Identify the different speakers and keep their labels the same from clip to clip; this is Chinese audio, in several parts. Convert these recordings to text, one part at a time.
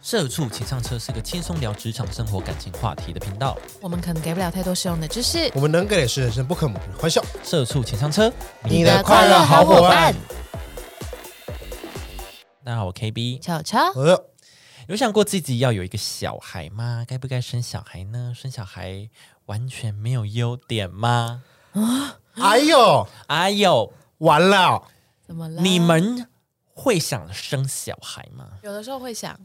Speaker 1: 社畜请上车是个轻松聊职场、生活、感情话题的频道。
Speaker 2: 我们可能给不了太多实用的知识。
Speaker 3: 我们能给的是人生不可磨的欢笑。
Speaker 1: 社畜请上车，
Speaker 3: 你的快乐好伙伴。
Speaker 1: 大家好，我 KB。
Speaker 2: 巧巧，
Speaker 3: 好的，
Speaker 1: 有想过自己要有一个小孩吗？该不该生小孩呢？生小孩完全没有优点吗？
Speaker 3: 哎呦，
Speaker 1: 哎呦，
Speaker 3: 完了，
Speaker 2: 怎么了？
Speaker 1: 你们会想生小孩吗？
Speaker 2: 有的时候会想，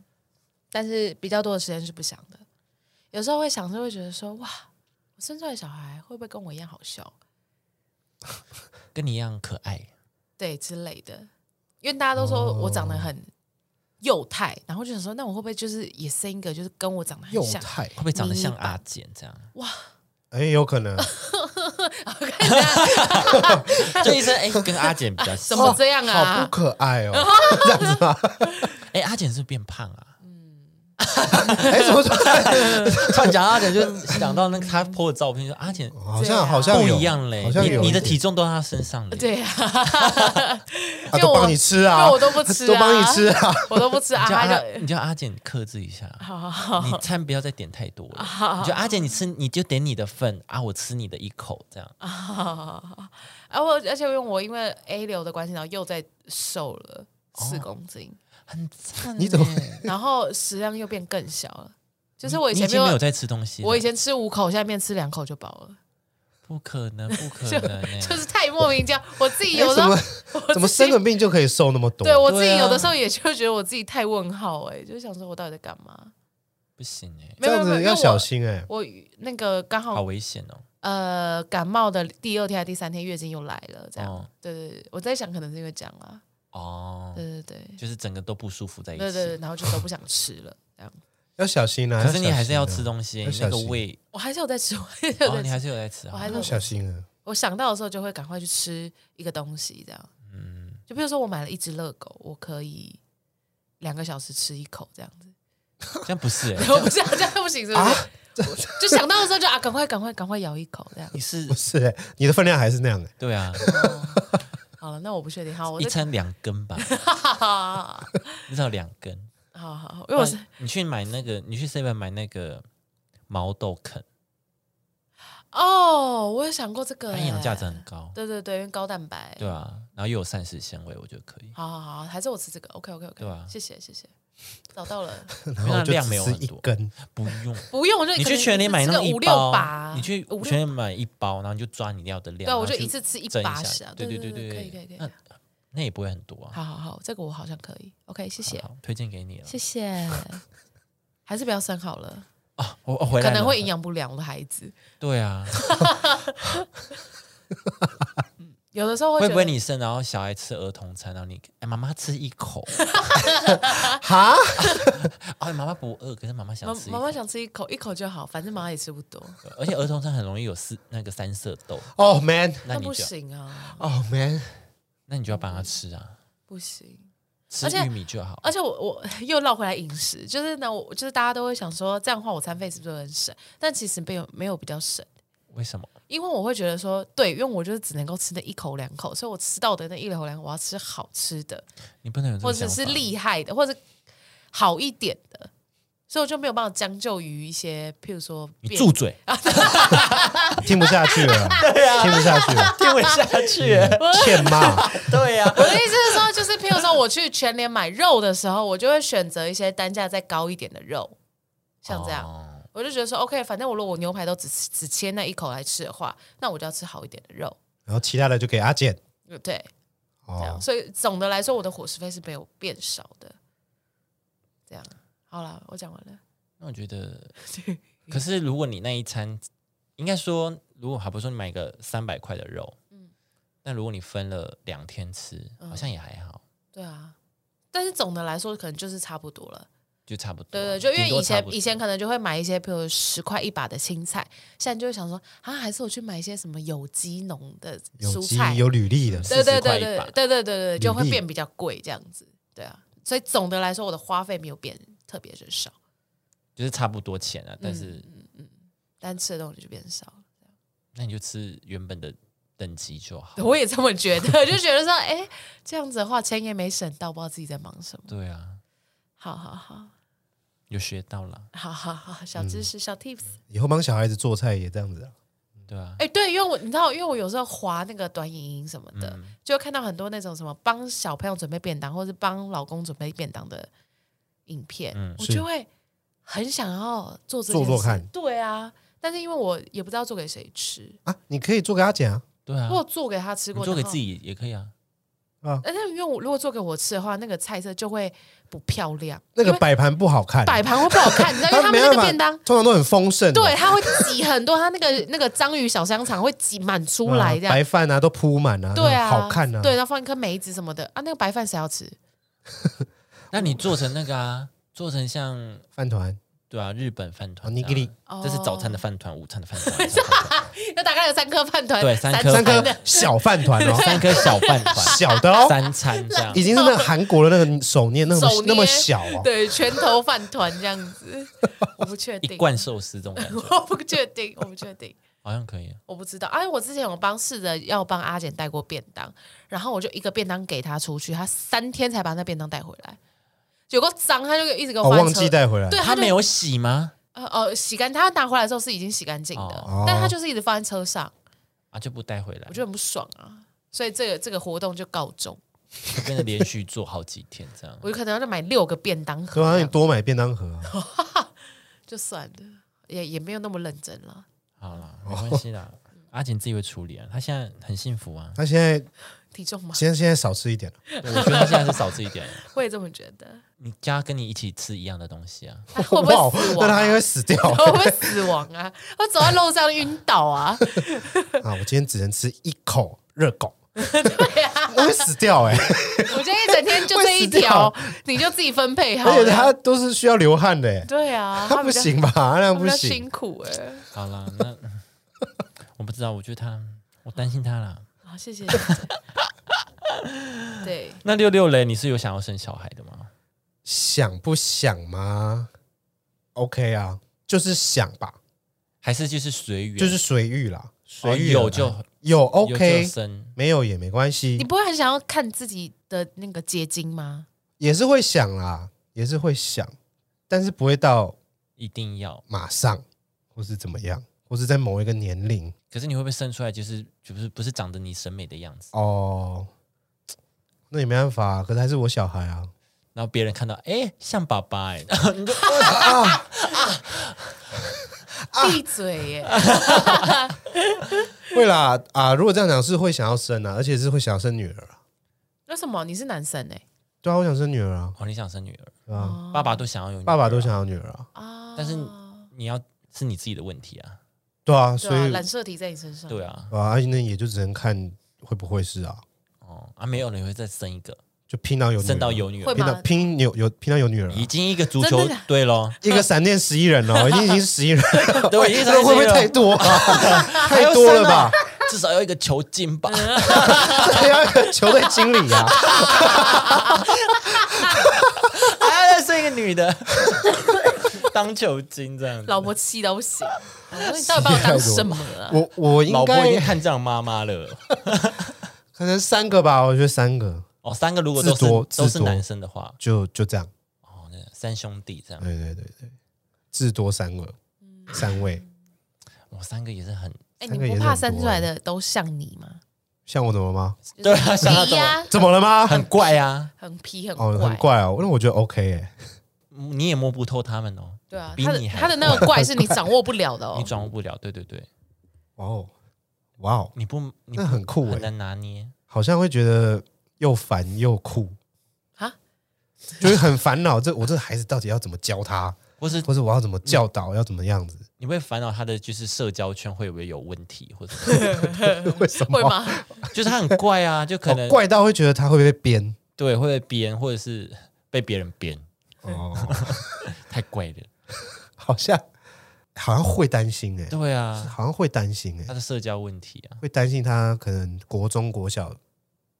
Speaker 2: 但是比较多的时间是不想的。有时候会想，是会觉得说，哇，我生出来的小孩会不会跟我一样好笑？
Speaker 1: 跟你一样可爱，
Speaker 2: 对之类的。因为大家都说
Speaker 3: 哦
Speaker 2: 我长得很幼态，然后就想说，那我会不会就是也生一个，就是跟我长得很
Speaker 3: 幼
Speaker 2: 像？
Speaker 3: 态
Speaker 1: 会，不会长得像阿简这样？
Speaker 3: 哎，有可
Speaker 2: 啊
Speaker 3: 能，
Speaker 1: 这一生哎，跟阿简比较像。
Speaker 2: 怎
Speaker 3: 哦
Speaker 2: 么这样
Speaker 3: 好
Speaker 2: 啊
Speaker 3: 不？可爱哦。
Speaker 1: 哎，阿简是不是变胖啊？
Speaker 3: 哎，怎么说？
Speaker 2: 啊
Speaker 1: 突然讲到阿简，就想到那个他 po 的照片，就阿简
Speaker 3: 好
Speaker 2: 对啊
Speaker 3: 像好像
Speaker 1: 不
Speaker 3: 有
Speaker 1: 一样嘞
Speaker 3: 好，像
Speaker 1: 你
Speaker 3: 有
Speaker 1: 你的
Speaker 3: 一点
Speaker 1: 体重都在他身上嘞。
Speaker 2: 对呀、
Speaker 3: 啊，
Speaker 2: 因为
Speaker 3: 都
Speaker 2: 我
Speaker 3: 帮你吃
Speaker 2: 因
Speaker 3: 啊
Speaker 2: 为我，都不吃、啊，
Speaker 3: 都帮你吃，啊。
Speaker 2: 我都不吃啊，
Speaker 1: 你叫
Speaker 2: 他
Speaker 1: 阿
Speaker 2: 就，
Speaker 1: 你叫阿简克制一下，
Speaker 2: 好好好，啊
Speaker 1: 你餐不要再点太多了。你就阿简，你吃你就点你的份啊，我吃你的一口这样。
Speaker 2: 啊，啊我而且因为我因为 A 流的关系，然后又再瘦了四公斤，
Speaker 1: 很赞
Speaker 3: 你怎么
Speaker 1: 耶
Speaker 2: 然后食量又变更小了。就是我以
Speaker 1: 你已
Speaker 2: 前
Speaker 1: 经没有在吃东西了？
Speaker 2: 我以前吃五口，现在变吃两口就饱了，
Speaker 1: 不可能，不可能欸耶，
Speaker 2: 就是太莫名其妙。我自己
Speaker 3: 哎
Speaker 2: 有时
Speaker 3: 怎
Speaker 2: 候
Speaker 3: 么，
Speaker 2: 我
Speaker 3: 怎么
Speaker 2: 自己
Speaker 3: 生个病就可以瘦那么 多？
Speaker 2: 对我自
Speaker 1: 对
Speaker 2: 己
Speaker 1: 啊
Speaker 2: 有的时候也就觉得我自己太问号哎、就想说我到底在干嘛？
Speaker 1: 不行哎，
Speaker 2: 没有
Speaker 3: 这样
Speaker 2: 没有
Speaker 3: 子
Speaker 2: 没有
Speaker 3: 要
Speaker 2: 因为
Speaker 3: 小
Speaker 2: 我
Speaker 3: 心哎。
Speaker 2: 我那个刚
Speaker 1: 好
Speaker 2: 好
Speaker 1: 危险哦。
Speaker 2: 呃感冒的第二天还是第三天月经又来了，这样、
Speaker 1: 哦
Speaker 2: 对对对，我在想可能是因为这样啊，
Speaker 1: 哦，
Speaker 2: 对对对
Speaker 1: 就是整个都不舒服在一
Speaker 2: 对对对，
Speaker 1: 起。
Speaker 2: 然后就都不想吃了这样。
Speaker 3: 要小心啊！
Speaker 1: 可是你
Speaker 3: 小心啊
Speaker 1: 还是要吃，东西，
Speaker 3: 要
Speaker 1: 你那
Speaker 3: 小
Speaker 1: 个
Speaker 3: 心
Speaker 1: 胃，
Speaker 2: 我还是有在吃，我 还是有
Speaker 1: 哦，
Speaker 2: 在
Speaker 1: 你
Speaker 2: 吃。
Speaker 1: 还是有在吃。
Speaker 2: 我
Speaker 1: 好
Speaker 2: 还是
Speaker 3: 要小心啊！
Speaker 2: 我想到的时候就会赶快去吃一个东西，这样。
Speaker 1: 嗯
Speaker 2: 就比如说我买了一只热狗，我可以两个小时吃一口这样子。
Speaker 1: 这样不是哎，
Speaker 2: 我不是啊这样不行，是不是？就想到的时候就啊，赶快赶快赶快咬一口这样。哦
Speaker 1: 你是
Speaker 3: 不是哎，你的分量还是那样哎。
Speaker 1: 对啊，
Speaker 2: 好了，那我不确定。好，我
Speaker 1: 一
Speaker 2: 再
Speaker 1: 餐两根吧，
Speaker 2: 好 好
Speaker 1: 至少两根。
Speaker 2: 好好，因为我是
Speaker 1: 不然你去买那个，你去 seven 买那个毛豆啃，
Speaker 2: 哦，我有想过这个，
Speaker 1: 它营养价值很。高，
Speaker 2: 对对对，因为高蛋白。
Speaker 1: 对啊，然后又有膳食纤维，我觉得可以。
Speaker 2: 好好好，还是我吃这个。OK OK OK，
Speaker 1: 对啊
Speaker 2: 谢谢谢谢，找到了。
Speaker 3: 然后我就
Speaker 1: 量没有
Speaker 3: 只
Speaker 1: 很
Speaker 3: 吃一
Speaker 1: 多
Speaker 3: 根，
Speaker 1: 不用，
Speaker 2: 不用，我就
Speaker 1: 你
Speaker 2: 可
Speaker 1: 去
Speaker 2: 能
Speaker 1: 全
Speaker 2: 一
Speaker 1: 联
Speaker 2: 次
Speaker 1: 买
Speaker 2: 吃
Speaker 1: 那
Speaker 2: 个
Speaker 1: 种一
Speaker 2: 五六
Speaker 1: 包
Speaker 2: 把，，
Speaker 1: 你去
Speaker 2: 五六
Speaker 1: 全联啊买一包，然后你就抓你要的量。
Speaker 2: 对，啊我就
Speaker 1: 然后
Speaker 2: 一次吃一
Speaker 1: 蒸
Speaker 2: 把
Speaker 1: 下
Speaker 2: 小，
Speaker 1: 对
Speaker 2: 对
Speaker 1: 对
Speaker 2: 对，可
Speaker 1: 对，
Speaker 2: 以
Speaker 1: 嗯
Speaker 2: 可以可以。
Speaker 1: 那那也不会很多啊。
Speaker 2: 好好好，这个我好像可以。OK，谢谢
Speaker 1: 好，推荐给你了。
Speaker 2: 谢谢。还是不要生好了，
Speaker 1: 啊，我我回来
Speaker 2: 可能
Speaker 1: 了
Speaker 2: 会营。养不良的孩子，
Speaker 1: 对啊，
Speaker 2: 有的时候
Speaker 1: 会
Speaker 2: 会
Speaker 1: 不
Speaker 2: 觉
Speaker 1: 会
Speaker 2: 得
Speaker 1: 你生，然后小孩吃儿童餐，然后你哎妈妈吃一 口，
Speaker 2: 啊
Speaker 3: 哈，
Speaker 1: 哎妈妈不饿，可是妈妈想
Speaker 2: 妈
Speaker 1: 吃一
Speaker 2: 妈
Speaker 1: 口
Speaker 2: 妈。想吃一口，一口就好，反正妈妈也吃不多，
Speaker 1: 而且儿童餐很容易有四那个三色豆，
Speaker 3: 哦 man，
Speaker 1: 那你
Speaker 2: 不
Speaker 1: 就
Speaker 2: 行啊，
Speaker 3: 哦 man，
Speaker 1: 那你就要帮他吃啊，
Speaker 2: 不行。
Speaker 1: 吃
Speaker 2: 而且
Speaker 1: 玉米就好。
Speaker 2: 而且我 我又绕回来饮食，就是呢，我就是大家都会想说，这样的话我餐费是不是会很省？但其实没有没有比较省。
Speaker 1: 为什么？
Speaker 2: 因为我会觉得说，对，因为我就是只能够吃那一口两口，所以我吃到的那一口两口，我要吃好吃的，
Speaker 1: 你不能有这
Speaker 2: 或
Speaker 1: 种
Speaker 2: 者
Speaker 1: 想法
Speaker 2: 是厉害的，或者好一点的，所以我就没有办法将就于一些，譬如说
Speaker 1: 你
Speaker 2: 便
Speaker 1: 住嘴，
Speaker 3: 听不下 去了，
Speaker 2: 啊
Speaker 3: 听不下去了，
Speaker 1: 听不下去。
Speaker 3: 欠骂。
Speaker 1: 对啊呀，
Speaker 2: 我的意思是说，就是譬如说我去全联买肉的时候，我就会选择一些单价再高一点的肉，像这样。
Speaker 1: 哦
Speaker 2: 我就觉得说，OK，反正我如果牛排都只吃只切那一口来吃的话，那我就要吃好一点的肉，
Speaker 3: 然后其他的就给阿健。
Speaker 2: 对，啊这样。
Speaker 3: 哦，
Speaker 2: 所以总的来说，我的伙食费是没有变少的。这样好了，我讲完了。
Speaker 1: 那我觉 得，可是如果你那一餐，应该说，如果好比说你买个三百块的肉，嗯，但如果你分了两天吃，
Speaker 2: 嗯
Speaker 1: 好像也还好，
Speaker 2: 对啊，但是总的来说，可能就是差不多了。
Speaker 1: 就差不多。
Speaker 2: 对对，就因
Speaker 1: 啊
Speaker 2: 为
Speaker 1: 顶多
Speaker 2: 以
Speaker 1: 差
Speaker 2: 前
Speaker 1: 不多
Speaker 2: 以前可能就会买一些，比如十块一把的青菜，现在就会想说啊，还是我去买一些什么有机农的
Speaker 3: 有
Speaker 2: 蔬
Speaker 3: 机
Speaker 2: 菜，
Speaker 3: 有履历的，
Speaker 2: 对对
Speaker 1: 40块
Speaker 2: 对
Speaker 1: 一
Speaker 2: 对
Speaker 1: 把
Speaker 2: 对对对对，就会
Speaker 3: 履历
Speaker 2: 变比较贵这样子。对啊，所以总的来说，我的花费没有变特别的少，
Speaker 1: 就是差不多钱
Speaker 2: 嗯
Speaker 1: 啊，但是、
Speaker 2: 但吃的东西就变少了。
Speaker 1: 那你就吃原本的等级就 好。
Speaker 2: 我也这么 觉得，就觉得说，哎、这样子的话，钱也没省到，不知道自己在忙什么。
Speaker 1: 对啊，
Speaker 2: 好好好，
Speaker 1: 有学到了，
Speaker 2: 好好好，小知识、小 tips。
Speaker 3: 以后帮小孩子做菜也这样子啊。
Speaker 1: 对啊，
Speaker 2: 哎、对，因为我你知道，因为我有时候划那个短影音什么的，就会看到很多那种什么帮小朋友准备便当，或是帮老公准备便当的影片，
Speaker 1: 嗯
Speaker 2: 我
Speaker 3: 是
Speaker 2: 就会很想要做这
Speaker 3: 做
Speaker 2: 件
Speaker 3: 做
Speaker 2: 事
Speaker 3: 看
Speaker 2: 对啊，但是因为我也不知道做给谁吃，
Speaker 3: 啊，你可以做给他剪啊，
Speaker 1: 对啊
Speaker 2: 如，果做给他吃
Speaker 1: 你
Speaker 2: 过，
Speaker 1: 做给
Speaker 2: 然后
Speaker 1: 自。己也可以啊，
Speaker 2: 但是因为我如果做给我吃的话，那个菜色就会不漂亮，
Speaker 3: 那个
Speaker 2: 因为
Speaker 3: 摆盘不好看，
Speaker 2: 摆盘会不好看，你知 道，因为他
Speaker 3: 没
Speaker 2: 们那个
Speaker 3: 办法，嗯
Speaker 2: 便当。
Speaker 3: 通常都很丰盛的，
Speaker 2: 对，它会挤很多，它那个那个章鱼小香肠会挤满出
Speaker 3: 啊
Speaker 2: 来这样，
Speaker 3: 白饭啊都铺满啊，
Speaker 2: 对啊，
Speaker 3: 好看啊，
Speaker 2: 对，然后放一颗梅子什么的啊，那个白饭谁要吃？
Speaker 1: 那你做成那个啊，做成像
Speaker 3: 饭团
Speaker 1: 对啊，日本饭
Speaker 3: 啊，
Speaker 1: 团
Speaker 3: 尼
Speaker 1: 这
Speaker 3: 基
Speaker 1: 样
Speaker 3: 利
Speaker 2: 哦
Speaker 1: 这是早餐的饭团，午餐的 饭团，晚餐的饭团
Speaker 2: 那大概有三颗饭团，
Speaker 1: 对三颗
Speaker 3: 三颗
Speaker 2: 餐的
Speaker 3: 小饭团哦，
Speaker 1: 三颗小饭团，
Speaker 3: 小的哦，
Speaker 1: 三餐这样
Speaker 3: 已。经是那个韩国的那个手捏 那
Speaker 2: 手
Speaker 3: 么
Speaker 2: 捏
Speaker 3: 那么小哦，
Speaker 2: 对拳头饭团这样子，我不确
Speaker 1: 一
Speaker 2: 定，
Speaker 1: 罐寿司这种感觉，
Speaker 2: 我不确定，我不确定。
Speaker 1: 好像可以啊。
Speaker 2: 我不知道，哎、我之前有帮试着要帮阿简带过便当，然后我就一个便当给他出去，他三天才把那便当带回来，有个脏，他就一直给
Speaker 3: 我
Speaker 2: 我
Speaker 3: 哦忘
Speaker 2: 换车。
Speaker 3: 记带回来，
Speaker 2: 对，
Speaker 1: 他
Speaker 2: 就
Speaker 1: 没有洗吗？
Speaker 2: 呃呃洗干，他拿回来之后是已经洗干净的，
Speaker 1: 哦
Speaker 2: 但他就是一直放在车上，
Speaker 1: 啊，就不带回来
Speaker 2: 我，就很不爽啊，所以这个这个活动就告终。
Speaker 1: 就变得连续做好几天这样。
Speaker 2: 我有可能要买六个便当盒
Speaker 3: 对啊，
Speaker 2: 这
Speaker 3: 那你
Speaker 2: 样，
Speaker 3: 多买便当盒 啊，
Speaker 2: 就算了，也也没有那么认真了。
Speaker 1: 好啦，没关系啦，阿锦自己会处理啊。她现在很幸福 啊，
Speaker 3: 他现在
Speaker 2: 体重 吗？
Speaker 3: 现在现在少吃一点了，
Speaker 1: 对我觉得她现在是少吃一点。
Speaker 2: 我也这么觉 得。
Speaker 1: 你家跟你一起吃一样的东西啊，
Speaker 2: 他会不会
Speaker 3: 哇
Speaker 2: 死
Speaker 3: 那
Speaker 2: 亡、
Speaker 3: 他应该
Speaker 2: 啊？
Speaker 3: 死 掉
Speaker 2: 会不会死亡啊？我走在路上晕倒啊！
Speaker 3: 啊！我今天只能吃一口热 狗，我会死掉哎，
Speaker 2: 我今天一整天就这一条，你就自己分配好
Speaker 3: 而且他
Speaker 2: 了。
Speaker 3: 都是需要流汗的哎，
Speaker 2: 啊对啊，
Speaker 3: 他不
Speaker 2: 比较，
Speaker 3: 行吧？那
Speaker 2: 他
Speaker 3: 样
Speaker 2: 比
Speaker 3: 不
Speaker 2: 较
Speaker 3: 行
Speaker 2: 辛，苦哎、
Speaker 1: 好啦，那 我不知道，我觉得她，我担心她啦。
Speaker 2: 好，谢谢。谢谢 对，
Speaker 1: 那六六嘞，你是有想要生小孩的吗？
Speaker 3: 想不想吗？OK 啊，就是想吧，
Speaker 1: 还是就是随缘，
Speaker 3: 就是随遇啦，随遇
Speaker 1: 哦
Speaker 3: 而
Speaker 1: 有就
Speaker 3: 安有
Speaker 1: 有
Speaker 3: OK，
Speaker 1: 就生，
Speaker 3: 没有也没关
Speaker 2: 你
Speaker 3: 系，
Speaker 2: 不会很想要看自己的那个结晶吗？
Speaker 3: 也是会想啦，也是会想，但是不会到
Speaker 1: 一定要。
Speaker 3: 马上或是怎么样，或是在某一个年龄
Speaker 1: 可是你会不会生出来就是就不是不是长得你审美的样子，
Speaker 3: 哦。那也没办法啊、可是还是我小孩啊，
Speaker 1: 然后别人看到哎像爸爸哎，
Speaker 3: 啊
Speaker 2: 闭嘴耶、
Speaker 3: 会啦啊！如果这样讲是会想要生啊，而且是会想要生女儿啊。
Speaker 2: 为什么你是男生哎、
Speaker 3: 对啊，我想生女儿啊，
Speaker 1: 哦你想生女儿，
Speaker 3: 对啊，
Speaker 1: 爸爸都想要有女儿啊，
Speaker 3: 爸爸都想要女儿啊，
Speaker 2: 啊
Speaker 1: 但是你要是你自己的问题啊，
Speaker 3: 对啊，所
Speaker 2: 对啊，
Speaker 3: 以
Speaker 2: 染色体在你身上。
Speaker 1: 对啊，
Speaker 3: 啊，而且那也就只能看会不会是啊，
Speaker 1: 哦啊没有人会再生一个，
Speaker 3: 就拼到有女儿
Speaker 1: 生到有女
Speaker 2: 会
Speaker 1: 儿，
Speaker 3: 拼到
Speaker 2: 吗
Speaker 3: 拼有有拼到有女儿啊、
Speaker 1: 已经一个足
Speaker 2: 真
Speaker 1: 球
Speaker 2: 的假
Speaker 1: 队 喽，
Speaker 3: 一个闪电十一人 哦，已经已经十一人了，
Speaker 1: 对，已经
Speaker 3: 这 会不会太多啊？ 太多了吧？
Speaker 1: 至少要一个球进 吧，啊
Speaker 3: 这要一个球队经理啊，
Speaker 1: 还要再生一个女的 当球精这样子。
Speaker 2: 老婆气到不行， 我说你到底把我当什么啊？
Speaker 3: 我我应
Speaker 1: 老婆已经
Speaker 3: 该
Speaker 1: 看上妈妈了。
Speaker 3: 可能三个吧，我觉得三个
Speaker 1: 哦，三个如果都
Speaker 3: 自多
Speaker 1: 是都
Speaker 3: 自
Speaker 1: 是
Speaker 3: 多
Speaker 1: 男生的话，
Speaker 3: 就就这样，
Speaker 1: 哦，那三兄弟这样，
Speaker 3: 对对对对，至多三个，三位，
Speaker 1: 我哦三个也是很
Speaker 2: 哎、
Speaker 3: 三个
Speaker 2: 你
Speaker 3: 也
Speaker 2: 不
Speaker 3: 是
Speaker 2: 怕
Speaker 3: 很
Speaker 2: 生
Speaker 3: 多
Speaker 2: 出来
Speaker 3: 欸
Speaker 2: 的都像你吗？
Speaker 3: 像我怎么吗？
Speaker 1: 对啊，像他
Speaker 2: 皮
Speaker 1: 这么
Speaker 2: 呀、
Speaker 3: 怎么了吗？
Speaker 1: 很怪啊，
Speaker 2: 很皮很怪，
Speaker 3: 哦，很怪哦，那我觉得 OK 哎，
Speaker 1: 你也摸不透他们哦，
Speaker 2: 对啊，
Speaker 1: 比
Speaker 2: 他的
Speaker 1: 你还
Speaker 2: 他的那个怪是你掌握不了的哦
Speaker 1: 你。掌握不了。对对对，
Speaker 3: 哇哦哇哦，
Speaker 1: 你不你不
Speaker 3: 那很酷
Speaker 1: 很
Speaker 3: 哎，
Speaker 1: 难拿捏。
Speaker 3: 好像会觉得又烦又酷
Speaker 2: 啊
Speaker 3: 就是很烦恼，这我这孩子到底要怎么 教他，
Speaker 1: 或是
Speaker 3: 或者我要怎么教导，要怎么样子？
Speaker 1: 你会烦恼他的就是社交圈会不会有问题，或者
Speaker 3: 为 什么
Speaker 2: 会？吗？
Speaker 1: 就是他很怪啊，就可能
Speaker 3: 哦怪到会觉得他会不会被编？
Speaker 1: 对会被编，或者是被别人编，
Speaker 3: 哦，
Speaker 1: 太怪了。
Speaker 3: 好像好像会担心哎、
Speaker 1: 对啊，
Speaker 3: 好像会担心哎、
Speaker 1: 他的社交问题啊，
Speaker 3: 会担心他可能国中国小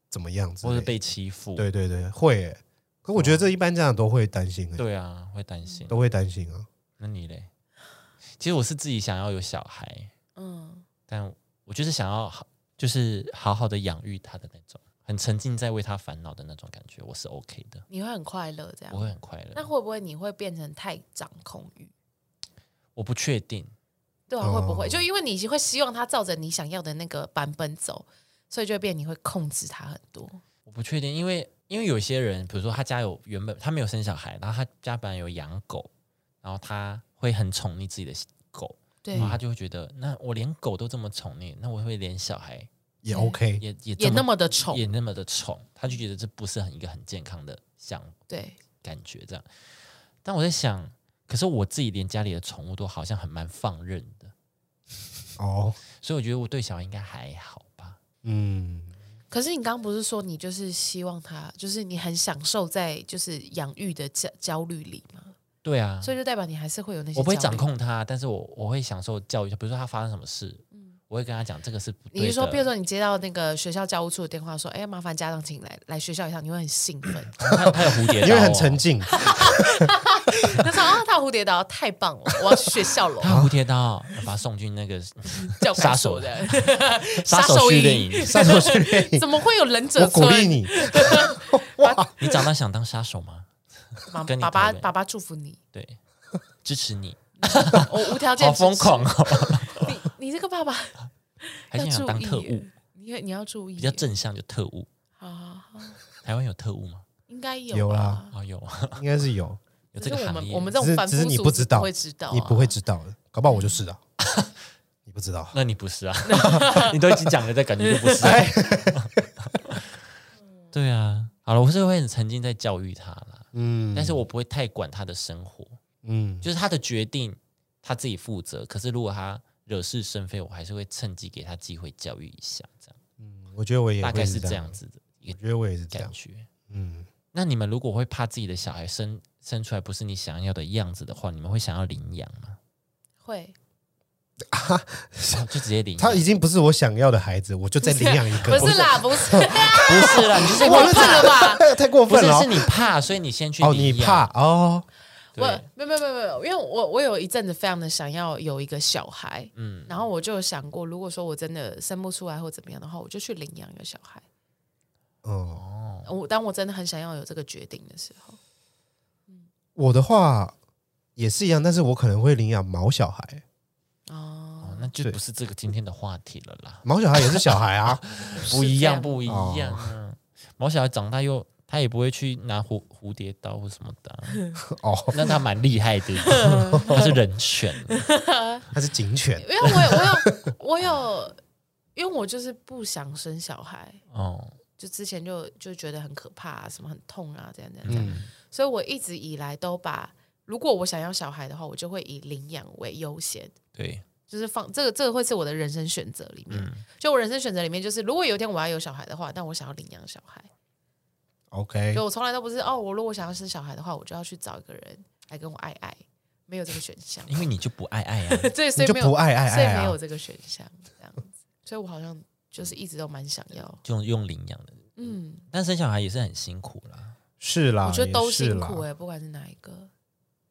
Speaker 3: 怎么样子，
Speaker 1: 或者被欺负，
Speaker 3: 对对对会、欸，可我觉得这一般家长都会担心哎、
Speaker 1: 对啊，会担心。
Speaker 3: 都会担心啊。
Speaker 1: 那你嘞？其实我是自己想要有小孩，
Speaker 2: 嗯，
Speaker 1: 但我就是想要好，就是好好的养育他的那种，很沉浸在为他烦恼的那种感觉，我是 OK 的，
Speaker 2: 你会很快乐这样
Speaker 1: 我。会很快
Speaker 2: 那
Speaker 1: 乐。
Speaker 2: 会不会你会变成太掌控欲？
Speaker 1: 我不确定，
Speaker 2: 对啊，
Speaker 3: 哦
Speaker 2: 会不会就因为你会希望他照着你想要的那个版本走，所以就会变你会控制他很多。
Speaker 1: 我不确定，因为因为有些人，比如说他家有原本他没有生小孩，然后他家本来有养狗，然后他会很宠溺自己的狗，
Speaker 2: 对
Speaker 1: 然，后他就会觉得，那我连狗都这么宠溺，那我会不会连小孩
Speaker 3: 也 OK，
Speaker 1: 也也
Speaker 2: 也
Speaker 1: 这
Speaker 2: 那么的宠
Speaker 1: 也，那么的宠，他就觉得这不是很一个很健康的想
Speaker 2: 对，
Speaker 1: 感觉这样。但我在想，可是我自己连家里的宠物都好像很蛮放任的，
Speaker 3: 哦，
Speaker 1: 所以我觉得我对小孩应该还好吧。
Speaker 3: 嗯，
Speaker 2: 可是你刚刚不是说你就是希望他，就是你很享受在就是养育的焦焦虑里吗？
Speaker 1: 对啊，
Speaker 2: 所以就代表你还是会有那些
Speaker 1: 我不会
Speaker 2: 焦虑
Speaker 1: 掌。控他，但是我我会享受教育他，比如说他发生什么事，我会跟他讲这个是不对的。
Speaker 2: 嗯你是说，比如说你接到那个学校教务处的电话说，哎，麻烦家长请来来学校一趟，你会很兴奋，
Speaker 1: 他他有蝴蝶刀、哦，
Speaker 3: 因为很沉静，
Speaker 2: 他说啊，他有蝴蝶刀太棒了，我要去学 校了，
Speaker 1: 他有蝴蝶刀，把他送进那 个
Speaker 2: 教
Speaker 1: 杀
Speaker 2: 科
Speaker 1: 手
Speaker 2: 书的
Speaker 1: 杀手
Speaker 2: 手
Speaker 1: 训练
Speaker 2: 营，
Speaker 1: 营。
Speaker 3: 杀手训练营，
Speaker 2: 怎么会有忍者
Speaker 3: 我鼓励
Speaker 2: 村？
Speaker 3: 你，哇，
Speaker 1: 你长大想当杀手吗？
Speaker 2: 妈
Speaker 1: 跟你
Speaker 2: 爸爸
Speaker 1: 讨论
Speaker 2: 爸爸祝福你，
Speaker 1: 对，支持你，
Speaker 2: 我无条件
Speaker 1: 好
Speaker 2: 支持
Speaker 1: 疯狂哦！
Speaker 2: 你你这个爸爸
Speaker 1: 还是
Speaker 2: 要
Speaker 1: 想
Speaker 2: 注
Speaker 1: 当
Speaker 2: 意
Speaker 1: 特
Speaker 2: 耶
Speaker 1: 务，，
Speaker 2: 你要你要注意耶，
Speaker 1: 比较正向就特务。
Speaker 2: 好，好好
Speaker 1: 台湾有特务吗？
Speaker 2: 应该有
Speaker 3: 有啦
Speaker 2: 吧
Speaker 1: 啊、有啊，
Speaker 3: 应该是有，
Speaker 1: 有
Speaker 2: 只
Speaker 1: 这个
Speaker 2: 是我
Speaker 1: 行
Speaker 2: 们
Speaker 1: 业。
Speaker 2: 我们这
Speaker 3: 只
Speaker 2: 种
Speaker 3: 是
Speaker 2: 凡夫
Speaker 3: 只是你
Speaker 2: 俗
Speaker 3: 不
Speaker 2: 子
Speaker 3: 知道
Speaker 2: 不会知道啊，
Speaker 3: 你不会知道的，搞不好我就是的，你不知道，
Speaker 1: 那你不 是啊？你都已经讲了，再感觉就不是、啊。
Speaker 2: 哎
Speaker 1: 对啊，好了，我是会很沉浸在教育他啦，
Speaker 3: 嗯，
Speaker 1: 但是我不会太管他的生活，
Speaker 3: 嗯，
Speaker 1: 就是他的决定他自己负责。可是如果他惹是生非，我还是会趁机给他机会教育一下，这样
Speaker 3: 我觉得我也
Speaker 1: 大概
Speaker 3: 会
Speaker 1: 是这
Speaker 3: 这
Speaker 1: 样，子的一
Speaker 3: 我
Speaker 1: 个
Speaker 3: 觉得我也是这
Speaker 1: 感
Speaker 3: 样，
Speaker 1: 觉。
Speaker 3: 嗯，
Speaker 1: 那你们如果会怕自己的小孩生生出来不是你想要的样子的话，你们会想要领养 吗？
Speaker 2: 会
Speaker 1: 哦就直接领养
Speaker 3: 他？已经不是我想要的孩子，我就再领养一
Speaker 2: 不
Speaker 3: 个，
Speaker 2: 是啦，不 是，
Speaker 1: 不是啦，你就是
Speaker 2: 太过分了吧？
Speaker 3: 太太过
Speaker 1: 不
Speaker 3: 分
Speaker 1: 是
Speaker 3: 了
Speaker 1: 是
Speaker 3: 哦，
Speaker 1: 你怕，所以你先去
Speaker 3: 哦，你
Speaker 1: 领养
Speaker 3: 怕哦，
Speaker 2: 我
Speaker 1: 对，
Speaker 2: 没有没有没有没有，因为我我有一阵子非常的想要有一个小孩，
Speaker 1: 嗯，
Speaker 2: 然后我就有想过，如果说我真的生不出来或怎么样的话，我就去领养一个小孩。
Speaker 3: 嗯。
Speaker 1: 哦
Speaker 2: 我当我真的很想要有这个决定的时候，
Speaker 3: 我的话也是一样，但是我可能会领养毛小孩，
Speaker 2: 哦，
Speaker 1: 哦，那就
Speaker 3: 对
Speaker 1: 不是这个今天的话题了啦，
Speaker 3: 毛小孩也是小孩啊，
Speaker 1: 不一样，
Speaker 2: 是这
Speaker 1: 不一样啊！毛小孩长大又他也不会去拿蝴蝴蝶刀或什么 的啊、
Speaker 3: 哦，
Speaker 1: 那他蛮厉 害的，他是人选，
Speaker 3: 它是警犬
Speaker 2: 因为我有我有我有，因为我就是不想生小孩，
Speaker 1: 哦，
Speaker 2: 就之前就就觉得很可怕、啊，什么很痛啊，这样这样这样，
Speaker 3: 嗯
Speaker 2: 所以我一直以来都把，如果我想要小孩的话，我就会以领养为优先。
Speaker 1: 对，
Speaker 2: 就是放这个，这个会是我的人生选择里
Speaker 3: 嗯
Speaker 2: 面。就我人生选择里面，就是如果有一天我要有小孩的话，但我想要领养小孩。
Speaker 3: ，OK，
Speaker 2: 就我从来都不是哦，我如果想要生小孩的话，我就要去找一个人来跟我爱爱，没有这个选项。
Speaker 1: 因为你就不爱爱啊，
Speaker 2: 对，所
Speaker 3: 你
Speaker 2: 以
Speaker 3: 就
Speaker 2: 没有
Speaker 3: 不爱爱
Speaker 2: 所以
Speaker 3: 爱
Speaker 2: 没
Speaker 3: 啊
Speaker 2: 有，这个选项，这样子。所以我好像就是一直都蛮想要，
Speaker 1: 就用领养的，
Speaker 2: 嗯，
Speaker 1: 但生小孩也是很辛苦啦，
Speaker 3: 是啦，
Speaker 2: 我觉得都
Speaker 3: 啊也是
Speaker 2: 辛
Speaker 3: 啦
Speaker 2: 苦哎、不管是哪一个，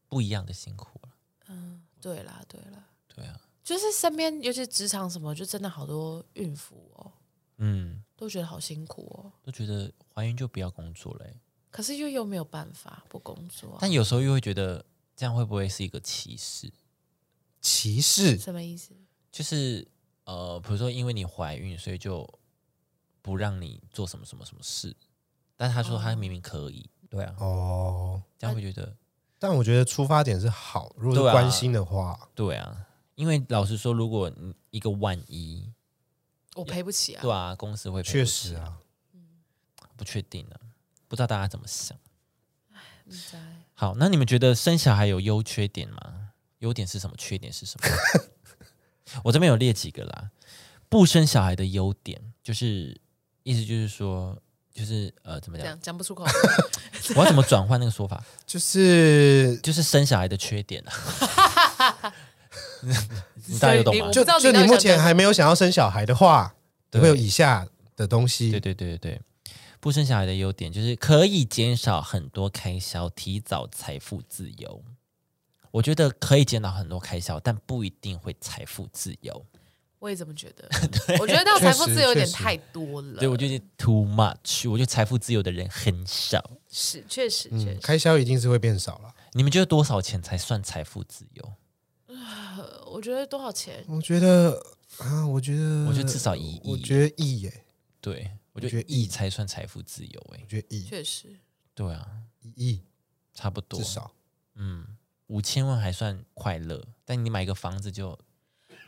Speaker 1: 不一样的辛苦啦，
Speaker 2: 嗯，对啦，对啦，
Speaker 1: 对啊，
Speaker 2: 就是身边尤其职场什么，就真的好多孕妇哦，
Speaker 1: 嗯，
Speaker 2: 都觉得好辛苦哦。
Speaker 1: 都觉得怀孕就不要工作了欸、
Speaker 2: 可是又又没有办法不工作啊、
Speaker 1: 但有时候又会觉得这样会不会是一个歧视？
Speaker 3: 歧视
Speaker 2: 什么意思？
Speaker 1: 就是呃，比如说因为你怀孕，所以就不让你做什么什么什么事，但他说他明明可以，对啊，
Speaker 3: 哦。
Speaker 1: 这样会觉得
Speaker 3: 但我觉得出发点是好，如果
Speaker 1: 对
Speaker 3: 是
Speaker 1: 啊
Speaker 3: 关心的话，
Speaker 1: 对啊，因为老实说，如果你一个万一，
Speaker 2: 我赔不起啊！
Speaker 1: 对啊，公司会赔
Speaker 3: 确
Speaker 1: 不
Speaker 3: 实
Speaker 1: 起，
Speaker 3: 啊，
Speaker 1: 不确定啊，不知道大家怎么想。
Speaker 2: 嗯在
Speaker 1: 好，那你们觉得生小孩有优缺点吗？优点是什么？缺点是什么？ 我这边有列几个啦。不生小孩的优点就是，意思就是说，就是呃，怎么
Speaker 2: 这
Speaker 1: 讲？
Speaker 2: 样讲 不出口，
Speaker 1: 我要怎么转换那个说法？
Speaker 3: 就是
Speaker 1: 就是生小孩的缺点啊。 你大家有懂吗
Speaker 2: 我？不
Speaker 3: 就
Speaker 2: 知道你
Speaker 3: 就
Speaker 2: 到底
Speaker 3: 你目
Speaker 2: 想
Speaker 3: 前
Speaker 2: 讲
Speaker 3: 还没有想要生小孩的话，
Speaker 1: 对
Speaker 3: 你会有以下的东
Speaker 1: 对
Speaker 3: 西，
Speaker 1: 对对对对，不生小孩的优点就是可以减少很多开销，提早财富自由。我觉得可以减少很多开销，但不一定会财富自由。
Speaker 2: 我我也这么觉 得。我觉得到财富自由有
Speaker 3: 确
Speaker 2: 点
Speaker 3: 实
Speaker 2: 太多了。
Speaker 1: 对我就觉得 too much，我觉得财富自由的人很少。
Speaker 2: 是确实确
Speaker 3: 嗯
Speaker 2: 实，，
Speaker 3: 开销一定是会变少了。
Speaker 1: 你们觉得多少钱才算财富自由？
Speaker 2: 呃我觉得多少钱？
Speaker 3: 我觉得啊，我觉得，
Speaker 1: 我觉得至少一亿
Speaker 3: 我觉得亿耶，
Speaker 1: 对我觉
Speaker 3: 我觉
Speaker 1: 得
Speaker 3: 得
Speaker 1: 亿
Speaker 3: 亿
Speaker 1: 才算财富自由、欸。
Speaker 3: 我觉得亿，
Speaker 2: 确实，
Speaker 1: 对啊，
Speaker 3: 一亿
Speaker 1: 差不多
Speaker 3: 至。少。
Speaker 1: 嗯，五千万还算快乐，但你买一个房子就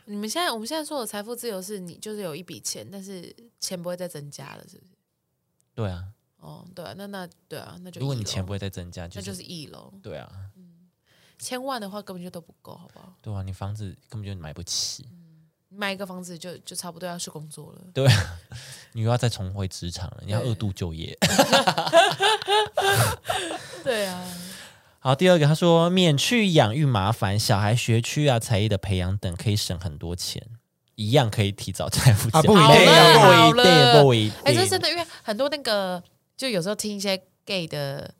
Speaker 2: 你们现在我们现在说的财富自由是你就是有一笔钱，但是钱不会再增加了，是不是？
Speaker 1: 对啊。
Speaker 2: 哦，对啊，那那对啊，那就
Speaker 1: 如果
Speaker 2: 一
Speaker 1: 你
Speaker 2: 咯
Speaker 1: 钱不会再增加，就
Speaker 2: 那
Speaker 1: 是、
Speaker 2: 就是一楼，
Speaker 1: 对啊，
Speaker 2: 千万的话根本就都不够，好不好？
Speaker 1: 对啊，你房子根本就买不起。
Speaker 2: 买一个房子就就差不多要去工作了。
Speaker 1: 对啊，你又要再重回职场了，你要
Speaker 2: 对
Speaker 1: 二度就业。
Speaker 2: 对啊，
Speaker 1: 好，第二个他说免去养育麻烦，小孩学区啊、才艺的培养等可以省很多钱，一样可以提早财富
Speaker 3: 啊
Speaker 1: 自由
Speaker 3: 不一定
Speaker 2: 好了
Speaker 1: 不一
Speaker 2: 好
Speaker 1: 定，
Speaker 2: 了
Speaker 1: 不一定。
Speaker 2: 哎、这真的，因为很多那个，就有时候听一些 gay 的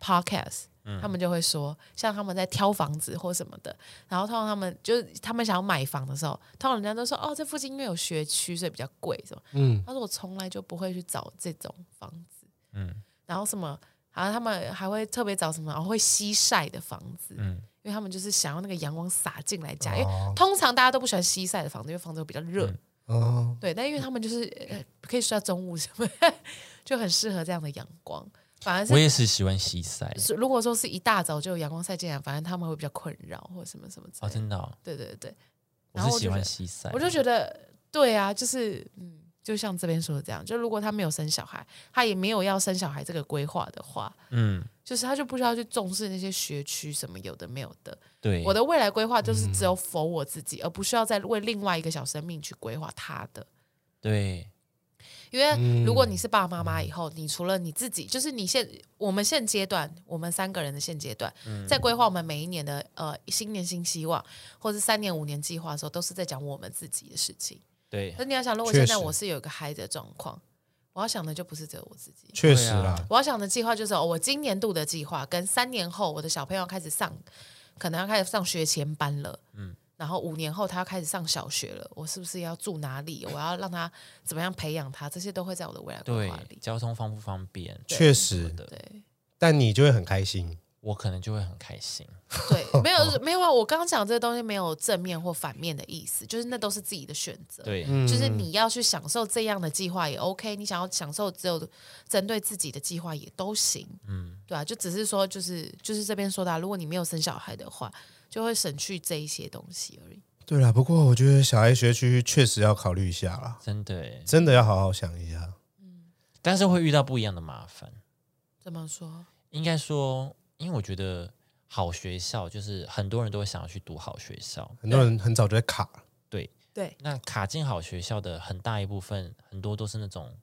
Speaker 2: podcast，、他们就会说，像他们在挑房子或什么的，然后通常他们就是他们想要买房的时候，通常人家都说，哦，这附近因为有学区，所以比较贵，什么？
Speaker 3: 嗯，
Speaker 2: 他说我从来就不会去找这种房子，
Speaker 1: 嗯
Speaker 2: 然后什么，然后他们还会特别找什么，然后会西晒的房子，
Speaker 1: 嗯，
Speaker 2: 因为他们就是想要那个阳光洒进来家，因
Speaker 3: 哦
Speaker 2: 为通常大家都不喜欢西晒的房子，因为房子会比较热。
Speaker 1: 嗯
Speaker 3: 哦，
Speaker 2: 对，但因为他们就是、呃、可以睡到中午什么， 就很适合这样的阳光。反而
Speaker 1: 我
Speaker 2: 是
Speaker 1: 也是喜欢西晒
Speaker 2: 是如果说是一大早就有阳光晒进来，反正他们会比较困扰或什么什么之
Speaker 1: 哦，
Speaker 2: 类的。
Speaker 1: 真的哦、
Speaker 2: 对对对，
Speaker 1: 我
Speaker 2: 然后
Speaker 1: 是
Speaker 2: 我
Speaker 1: 喜
Speaker 2: 就觉
Speaker 1: 欢
Speaker 2: 得
Speaker 1: 西晒，
Speaker 2: 我就觉得对啊，就是嗯，就像这边说的这样，就如果他没有生小孩，他也没有要生小孩这个规划的话，
Speaker 1: 嗯，
Speaker 2: 就是他就不需要去重视那些学区什么有的没有的。
Speaker 1: 对，嗯
Speaker 2: 我的未来规划就是只有否我自己，而不需要再为另外一个小生命去规划他的。
Speaker 1: 对，
Speaker 2: 因
Speaker 1: 嗯
Speaker 2: 为如果你是爸爸妈妈以后，你除了你自己，就是你现我们现阶段，我们三个人的现阶段，
Speaker 1: 嗯
Speaker 2: 在规划我们每一年的呃新年新希望，或是三年五年计划的时候，都是在讲我们自己的事情。
Speaker 1: 对
Speaker 2: 可，是你要想，如果
Speaker 3: 确
Speaker 2: 现
Speaker 3: 实
Speaker 2: 在我是有一个孩子的状况，我要想的就不是只有我自己。
Speaker 3: 确实
Speaker 1: 对啊
Speaker 3: 啦，
Speaker 2: 我要想的计划就是、哦我今年度的计划，跟三年后我的小朋友开始上，可能要开始上学前班了，嗯，然后五年后他要开始上小学了，我是不是要住哪里？我要让他怎么样培养他？这些都会在我的未来规
Speaker 1: 对
Speaker 2: 划里。
Speaker 1: 交通方不方便，
Speaker 3: 确
Speaker 1: 什
Speaker 3: 实
Speaker 1: 么，的，
Speaker 2: 对
Speaker 3: 但你就会很开心。
Speaker 1: 我可能就会很开心。
Speaker 2: 对，没 有没有啊！我刚刚讲这个东西没有正面或反面的意思，就是那都是自己的选择。
Speaker 1: 对，
Speaker 3: 嗯
Speaker 2: 就是
Speaker 1: 嗯
Speaker 2: 你要去享受这样的计划也 OK，你想要享受只有针对自己的计划也都行，嗯，对啊，就只是说就是就是这边说的、啊，如果你没有生小孩的话，就会省去这一些东西而已。
Speaker 3: 对啦，不过我觉得小孩学区确实要考虑一下啦，
Speaker 1: 真的耶，
Speaker 3: 真的要好好想一下。
Speaker 1: 但是会遇到不一样的麻烦。
Speaker 2: 怎么说？
Speaker 1: 应该说，因为我觉得好学校就是很多人都会想要去读好学校，
Speaker 3: 很多人很早就在卡了，
Speaker 1: 对。
Speaker 2: 对，
Speaker 1: 那卡进好学校的很大一部分，很多都是那种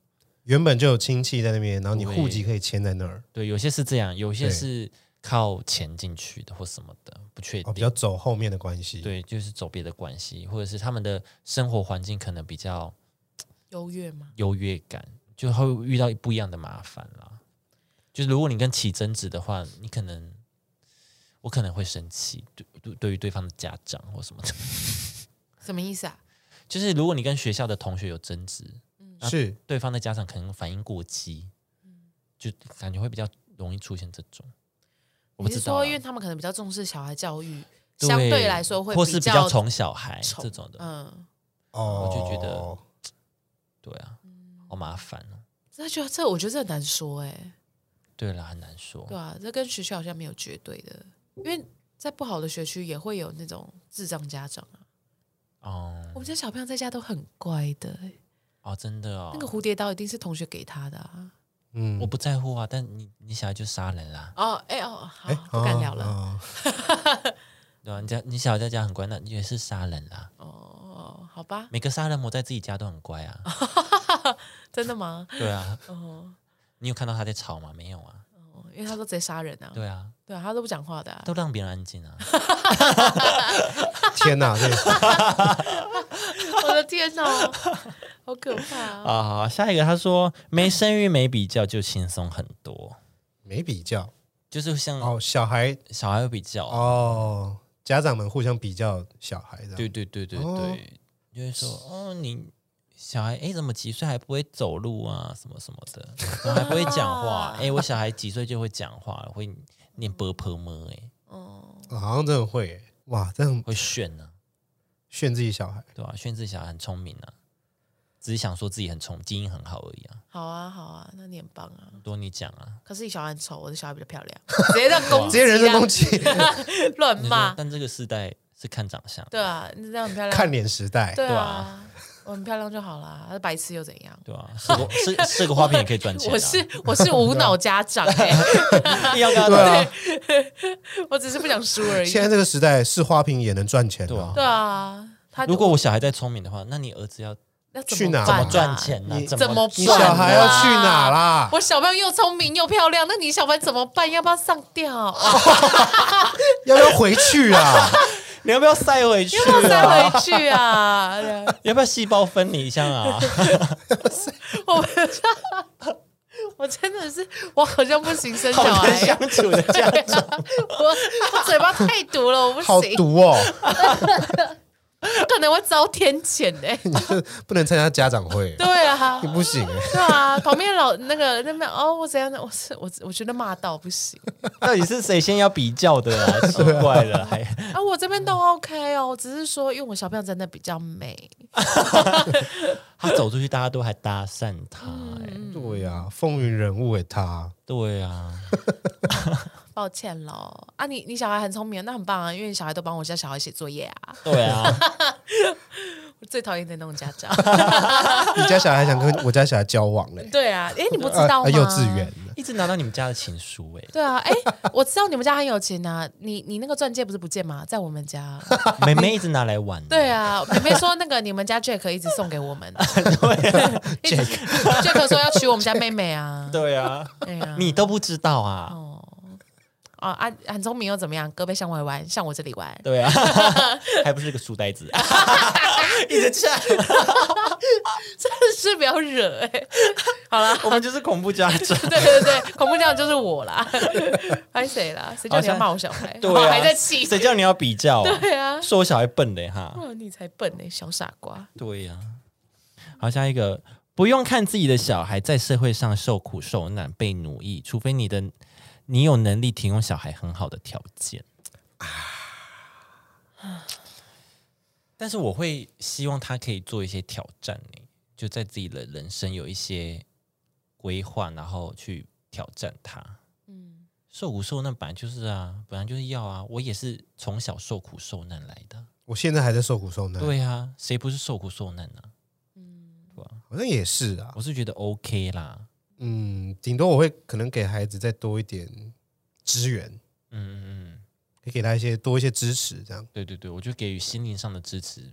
Speaker 3: 原本就有亲戚在那边，然后你
Speaker 1: 对
Speaker 3: 户籍可以迁在那儿，
Speaker 1: 对，有些是这样，有些
Speaker 3: 对
Speaker 1: 是靠钱进去的或什么的，不确
Speaker 3: 哦，
Speaker 1: 定。
Speaker 3: 比较走后面的关系。，
Speaker 1: 对，就是走别的关系，或者是他们的生活环境可能比较
Speaker 2: 优越吗？
Speaker 1: 优越感，就会遇到不一样的麻烦啦。就是如果你跟起争执的话，你可能我可能会生气，对对，对于对方的家长或什么的。
Speaker 2: 什么意思啊？
Speaker 1: 就是如果你跟学校的同学有争执，
Speaker 3: 是
Speaker 1: 对方的家长可能反应过激，就感觉会比较容易出现这种。我不
Speaker 2: 你是
Speaker 1: 知道啦，啊
Speaker 2: 说，因为他们可能比较重视小孩教育，
Speaker 1: 对
Speaker 2: 相对来说会
Speaker 1: 或是比
Speaker 2: 较
Speaker 1: 较宠小孩
Speaker 2: 宠
Speaker 1: 这种的，
Speaker 2: 嗯，
Speaker 3: 哦，
Speaker 1: 我就觉得对啊，好麻烦哦。
Speaker 2: 这就这我觉得这很难说哎、
Speaker 1: 对啦，很难说
Speaker 2: 对。啊，这跟学区好像没有绝对的，因为在不好的学区也会有那种智障家长啊。
Speaker 1: 哦
Speaker 2: 我们家小朋友在家都很乖的欸、
Speaker 1: 哦，真的哦
Speaker 2: 那，个蝴蝶刀一定是同学给他的啊。
Speaker 3: 嗯
Speaker 1: 我不在乎啊，但你你小孩就杀人啦，
Speaker 2: 哦，哎、哦，好
Speaker 3: 哎，
Speaker 2: 不敢聊了。
Speaker 3: 哦
Speaker 1: 对啊吧、你家你小孩在家很乖，那也是杀人啦。
Speaker 2: 哦，好吧，
Speaker 1: 每个杀人魔在自己家都很乖啊，
Speaker 2: 真的吗？
Speaker 1: 对啊。
Speaker 2: 哦，
Speaker 1: 你有看到他在吵吗？没有啊，
Speaker 2: 哦因为他都直接杀人啊，
Speaker 1: 对啊，
Speaker 2: 对啊，他都不讲话的、啊
Speaker 1: 都。让别人安静啊。
Speaker 3: 哦 天哪，这个
Speaker 2: 我的 天哪，好可怕啊！
Speaker 1: 啊、好下一个他说没生育没比较就轻松很多，
Speaker 3: 没比较
Speaker 1: 就是像
Speaker 3: 哦，小孩
Speaker 1: 小孩有比较，
Speaker 3: 哦，家长们互相比较小孩的，
Speaker 1: 对对对对对，
Speaker 3: 哦
Speaker 1: 就会说哦，你小孩哎怎么几岁还不会走路啊，什么什么的，然后还不会讲话，哎、我小孩几岁就会讲话，会念波婆么，哎，
Speaker 2: 哦，
Speaker 3: 好像真的会耶、哇，这样
Speaker 1: 会炫啊呢、
Speaker 3: 炫自己小孩，
Speaker 1: 对吧、啊炫自己小孩很聪明啊，只是想说自己很聪，基因很好而已啊，
Speaker 2: 好啊，好啊，那你很棒啊。
Speaker 1: 多你讲啊。
Speaker 2: 可是你小孩很丑，我的小孩比较漂亮，直接在攻
Speaker 3: 直
Speaker 2: 击、
Speaker 3: 接
Speaker 2: 啊，
Speaker 3: 人身攻击，
Speaker 2: 乱
Speaker 1: 你说
Speaker 2: 骂，
Speaker 1: 但这个时代是看长相，
Speaker 2: 对啊，你这样很漂亮，
Speaker 3: 看脸时代，
Speaker 2: 对
Speaker 1: 对
Speaker 2: 啊
Speaker 1: 啊，
Speaker 2: 我很漂亮就好啦，那白痴又怎样？
Speaker 1: 对吧、啊？是个 是是个花瓶也可以赚钱、啊。
Speaker 2: 我是我是无脑家长、欸，
Speaker 1: 一 定要跟他
Speaker 3: 对
Speaker 1: 对
Speaker 3: 啊，
Speaker 2: 我只是不想输而已。
Speaker 3: 现在这个时代是花瓶也能赚钱
Speaker 1: 对啊
Speaker 3: 的，
Speaker 2: 对啊，他
Speaker 1: 如果我小孩再聪明的话，那你儿子要
Speaker 2: 那怎
Speaker 3: 去
Speaker 2: 么
Speaker 3: 哪
Speaker 2: 办
Speaker 3: 嘛
Speaker 2: 啊
Speaker 1: 赚钱呢、
Speaker 3: 你
Speaker 1: 怎
Speaker 2: 怎么
Speaker 1: 赚
Speaker 3: 你
Speaker 1: 啊
Speaker 2: 办
Speaker 3: 小孩要去哪啦？
Speaker 2: 我小朋友又聪明又漂亮，那你小朋友怎么办？要不要上吊？啊
Speaker 3: 要不要回去啊？
Speaker 1: 你要不要塞回去、
Speaker 2: 要不要
Speaker 1: 啊？
Speaker 2: 塞回去啊？
Speaker 1: 要不要细胞分离一下啊？
Speaker 2: 我 我真的是，我好像不行生 小
Speaker 1: 好难
Speaker 2: 孩
Speaker 1: 相，处的家
Speaker 2: 对啊我 我嘴巴太毒了，我不
Speaker 3: 好
Speaker 2: 行，
Speaker 3: 毒哦！
Speaker 2: 我可能会遭天谴 哎、
Speaker 3: 你这 不能参加家长会，
Speaker 2: 对啊
Speaker 3: 你，不行欸耶。
Speaker 2: 对啊，旁边老那个那边哦，我怎样？我是我我觉得骂到不行
Speaker 1: 到底是谁先要比较的啊？奇怪了，还
Speaker 2: 啊，我这边都 OK 哦，只是说因为我小朋友真的比较美，
Speaker 1: 他走出去，大家都还搭讪他、哎
Speaker 2: 嗯
Speaker 3: 对呀，风云人物诶，他
Speaker 1: 对啊，
Speaker 2: 抱歉喽啊，你你小孩很聪明，那很棒啊，因为你小孩都帮我家小孩写作业啊，
Speaker 1: 对啊，
Speaker 2: 我最讨厌的那种家长。
Speaker 3: 你家小孩想跟我家小孩交往嘞？
Speaker 2: 对 啊，哎，你不知
Speaker 3: 呃
Speaker 2: 道吗？
Speaker 3: 呃幼稚园。
Speaker 1: 一直拿到你们家的情书、
Speaker 2: 对啊，哎， 我知道你们家很有钱啊，你你那个钻戒不是不见吗？在我们家。
Speaker 1: 哎，妹妹一直拿来玩、
Speaker 2: 对啊，妹妹说那个你们家 Jack 一直送给我们 ，Jack Jack 说要娶我们家妹妹 啊，
Speaker 1: 对啊，
Speaker 2: 对啊，
Speaker 1: 你都不知道啊，
Speaker 2: 啊啊，很聪明又怎么样？胳膊向外弯，向我这里弯。
Speaker 1: 对啊，还不是个书呆 子，一直呛，
Speaker 2: 真的 是不要惹 哎、好啦，
Speaker 1: 我们就是恐怖家长。
Speaker 2: 对对对，恐怖教就是我啦， 还谁啦？谁叫你要骂我小孩？
Speaker 1: 对
Speaker 2: 我
Speaker 1: 啊，
Speaker 2: 还在气。
Speaker 1: 谁叫你要比较、
Speaker 2: 对 啊，
Speaker 1: 说我小孩笨嘞哈。
Speaker 2: 哦，你才笨呢、小傻瓜。
Speaker 1: 对呀、好，下一个，不用看自己的小孩在社会上受苦受难、被奴役，除非你的你有能力提供小孩很好的条件。 但是我会希望他可以做一些挑战呢、就在自己的人生有一些规划，然后去挑战他。
Speaker 2: 嗯，
Speaker 1: 受苦受难本来就是啊，本来就是要啊，我也是从小受苦受难来的。
Speaker 3: 我现在还在受苦受难，
Speaker 1: 对啊，谁不是受苦受难呢、啊？
Speaker 3: 好像也是啊。
Speaker 1: 我是觉得 OK 啦，
Speaker 3: 嗯，顶多我会可能给孩子再多一点支援，
Speaker 1: 嗯嗯，嗯，
Speaker 3: 可以给他一些多一些支持，这样。
Speaker 1: 对对对，我觉得给予心灵上的支持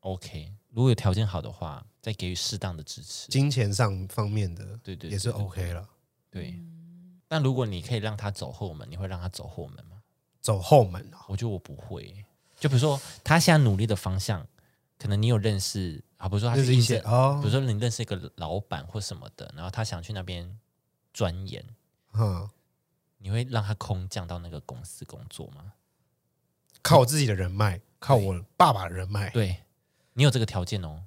Speaker 1: ，OK。如果有条件好的话，再给予适当的支持，
Speaker 3: 金钱上方面的，
Speaker 1: 对对
Speaker 3: 也是
Speaker 1: 对对
Speaker 3: OK 了。
Speaker 1: 对。
Speaker 2: 嗯
Speaker 1: 但如果你可以让他走后门，你会让他走后门吗？
Speaker 3: 走后门哦，
Speaker 1: 我觉得我不会耶。就比如说他现在努力的方向，可能你有认识啊，比如说他
Speaker 3: 就是
Speaker 1: 去
Speaker 3: 一
Speaker 1: 应
Speaker 3: 些
Speaker 1: 征，比
Speaker 3: 哦
Speaker 1: 如，说你认识一个老板或什么的，然后他想去那边钻研，
Speaker 3: 嗯，
Speaker 1: 你会让他空降到那个公司工作吗？
Speaker 3: 靠我自己的人脉，靠我爸爸的人脉，
Speaker 1: 对你有这个条件哦，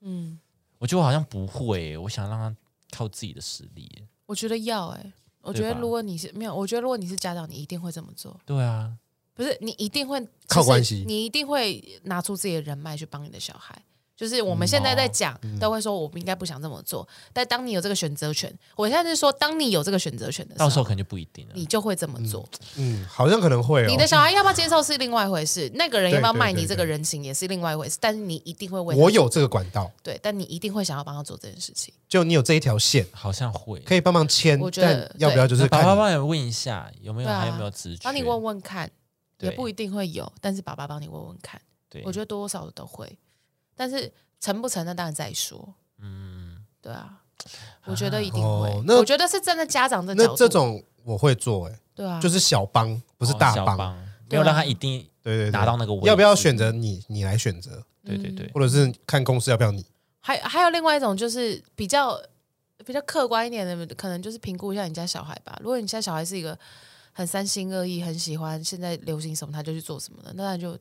Speaker 2: 嗯，
Speaker 1: 我觉得我好像不会耶，我想让他靠自己的实力耶。
Speaker 2: 我觉得要哎、我觉
Speaker 1: 对
Speaker 2: 得
Speaker 1: 吧
Speaker 2: 如果你是没有，我觉得如果你是家长，你一定会这么做。
Speaker 1: 对啊，
Speaker 2: 不是你一定会
Speaker 3: 靠
Speaker 2: 就是
Speaker 3: 关系
Speaker 2: 你一定会拿出自己的人脉去帮你的小孩。就是我们现在在讲，都会说我们应该不想这么做，但当你有这个选择权，我现在是说，当你有这个选择权的时
Speaker 1: 到时
Speaker 2: 候，
Speaker 1: 候可能就不一定了。
Speaker 2: 啊你就会这么做。
Speaker 3: 嗯，好像可能会哦。
Speaker 2: 你的小孩要不要接受是另外一回事，那个人要不要
Speaker 3: 对对
Speaker 2: 卖你
Speaker 3: 对
Speaker 2: 这个人情也是另外一回事，但是你一定会为他
Speaker 3: 我有这个管道，
Speaker 2: 对，但你一定会想要帮他做这件事情。
Speaker 3: 就你有这一条线，
Speaker 1: 好像会。
Speaker 3: 可以帮忙牵
Speaker 2: 我，觉得
Speaker 3: 但要不要就是
Speaker 1: 那爸爸
Speaker 3: 看
Speaker 1: 帮
Speaker 3: 你
Speaker 1: 你问一下有没有，
Speaker 2: 对啊
Speaker 1: 还有没有直觉？
Speaker 2: 帮你问问看，
Speaker 1: 对
Speaker 2: 也不一定会有，但是爸爸帮你问问看，
Speaker 1: 对，
Speaker 2: 我觉得多多少少都会，但是成不成那当然再说。
Speaker 1: 嗯，
Speaker 2: 对啊，我觉得一定会。
Speaker 3: 哦那
Speaker 2: 我觉得是站在家长的角
Speaker 3: 那
Speaker 2: 度，
Speaker 3: 这种我会做，哎，
Speaker 2: 对啊，
Speaker 3: 就是小帮，不是大
Speaker 1: 哦小
Speaker 3: 帮，
Speaker 1: 帮，没
Speaker 2: 对啊
Speaker 1: 有让他一定
Speaker 3: 对对，对
Speaker 1: 达到。那个位置。
Speaker 3: 要不要选？择你？你来选择，
Speaker 1: 对对对，
Speaker 2: 嗯
Speaker 3: 或者是看公司要不要你？
Speaker 2: 还还有另外一种就是比较比较客观一点的，可能就是评估一下你家小孩吧。如果你家小孩是一个很三心二意、很喜欢现在流行什么他就去做什么的，那他就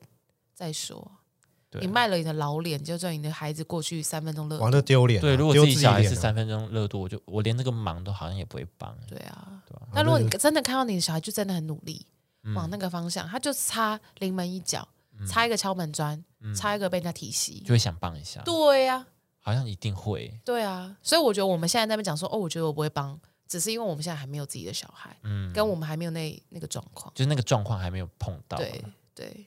Speaker 2: 再说。
Speaker 3: 啊
Speaker 1: 对
Speaker 2: 你卖了你的老脸，就赚你的孩子过去三分钟热
Speaker 3: 玩
Speaker 2: 度。
Speaker 3: 的丢脸啊，
Speaker 1: 对，如果
Speaker 3: 丢
Speaker 1: 自
Speaker 3: 自
Speaker 1: 己小孩
Speaker 3: 脸
Speaker 1: 是
Speaker 3: 啊
Speaker 1: 三分钟热度，我就我连这个忙都好像也不会帮。
Speaker 2: 对啊，
Speaker 1: 对啊
Speaker 2: 那如果你真的看到你的小孩就真的很努力，
Speaker 1: 嗯
Speaker 2: 往那个方向，他就差临门一脚，差一个敲门砖，差一个被人家提息。
Speaker 1: 嗯就会想帮一下，
Speaker 2: 对呀、
Speaker 1: 好像一定会，
Speaker 2: 对啊，所以我觉得我们现在在那边讲说，哦，我觉得我不会帮，只是因为我们现在还没有自己的小孩，
Speaker 1: 嗯，
Speaker 2: 跟我们还没有那那个状况。
Speaker 1: 就是那个状况还没有碰到，
Speaker 2: 对对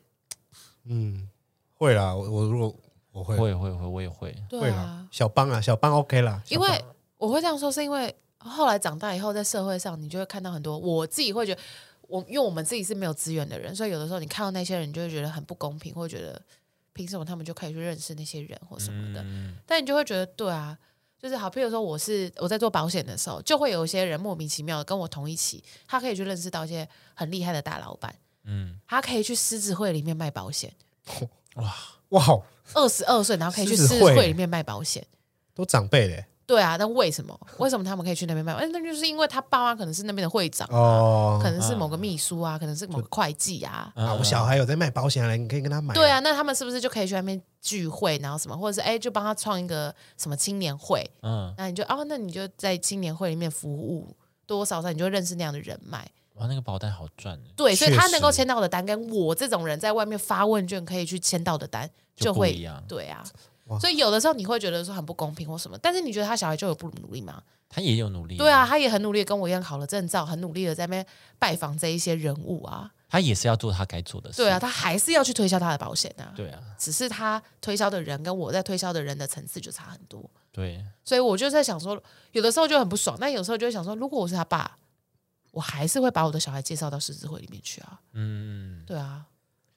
Speaker 3: 嗯，会啦，我我如果我会
Speaker 1: 会会会，我也会，
Speaker 2: 对
Speaker 3: 会啦
Speaker 2: 啊，，
Speaker 3: 小帮啊，小帮 OK 啦，
Speaker 2: 因
Speaker 3: 小帮
Speaker 2: 为我会这样说，是因为后来长大以后，在社会上你就会看到很多，我自己会觉得，我因为我们自己是没有资源的人，所以有的时候你看到那些人，你就会觉得很不公平，会觉得凭什么他们就可以去认识那些人或什么的。
Speaker 1: 嗯，
Speaker 2: 但你就会觉得，对啊，就是好，譬如说我是我在做保险的时候，就会有一些人莫名其妙的跟我同一起，他可以去认识到一些很厉害的大老板，
Speaker 1: 嗯，
Speaker 2: 他可以去狮子会里面卖保险，
Speaker 3: 哇，
Speaker 2: 二十二岁然后可以去狮
Speaker 3: 狮子
Speaker 2: 子
Speaker 3: 会
Speaker 2: 会里面卖保险。
Speaker 3: 都长辈嘞
Speaker 2: 对啊，那为什么？为什么他们可以去那边卖？哎，那就是因为他爸妈可能是那边的会长，
Speaker 3: 哦
Speaker 2: 可能是某个秘书啊，可能是某个会计啊。
Speaker 1: 嗯
Speaker 3: 啊，我小孩有在卖保险嘞，你可以跟他买，
Speaker 2: 对，啊，那他们是不是就可以去那边聚会，然后什么，或者是哎，就帮他创一个什么青年会？
Speaker 1: 嗯，
Speaker 2: 那你就哦，那你就在青年会里面服务，多多少少你就会认识那样的人脉。
Speaker 1: 哇，那个保单好赚欸耶
Speaker 2: 对，所以
Speaker 3: 确
Speaker 2: 他能够
Speaker 3: 实
Speaker 2: 签到的单，跟我这种人在外面发问卷可以去签到的单
Speaker 1: 就不
Speaker 2: 会
Speaker 1: 一样
Speaker 2: 对啊
Speaker 3: 哇，
Speaker 2: 所以有的时候你会觉得说很不公平或什么，但是你觉得他小孩就有不努力吗？
Speaker 1: 他也有努力，
Speaker 2: 对啊，，他也很努力地跟我一样考了证照，很努力的在那边拜访这一些人物啊。
Speaker 1: 他也是要做他该做的事，
Speaker 2: 对啊，，他还是要去推销他的保险啊。
Speaker 1: 对啊，
Speaker 2: 只是他推销的人跟我在推销的人的层次就差很多，
Speaker 1: 对，
Speaker 2: 所以我就在想说，有的时候就很不爽，但有时候就会想说，如果我是他爸，我还是会把我的小孩介绍到狮子会里面去啊。
Speaker 1: 嗯，
Speaker 2: 对啊，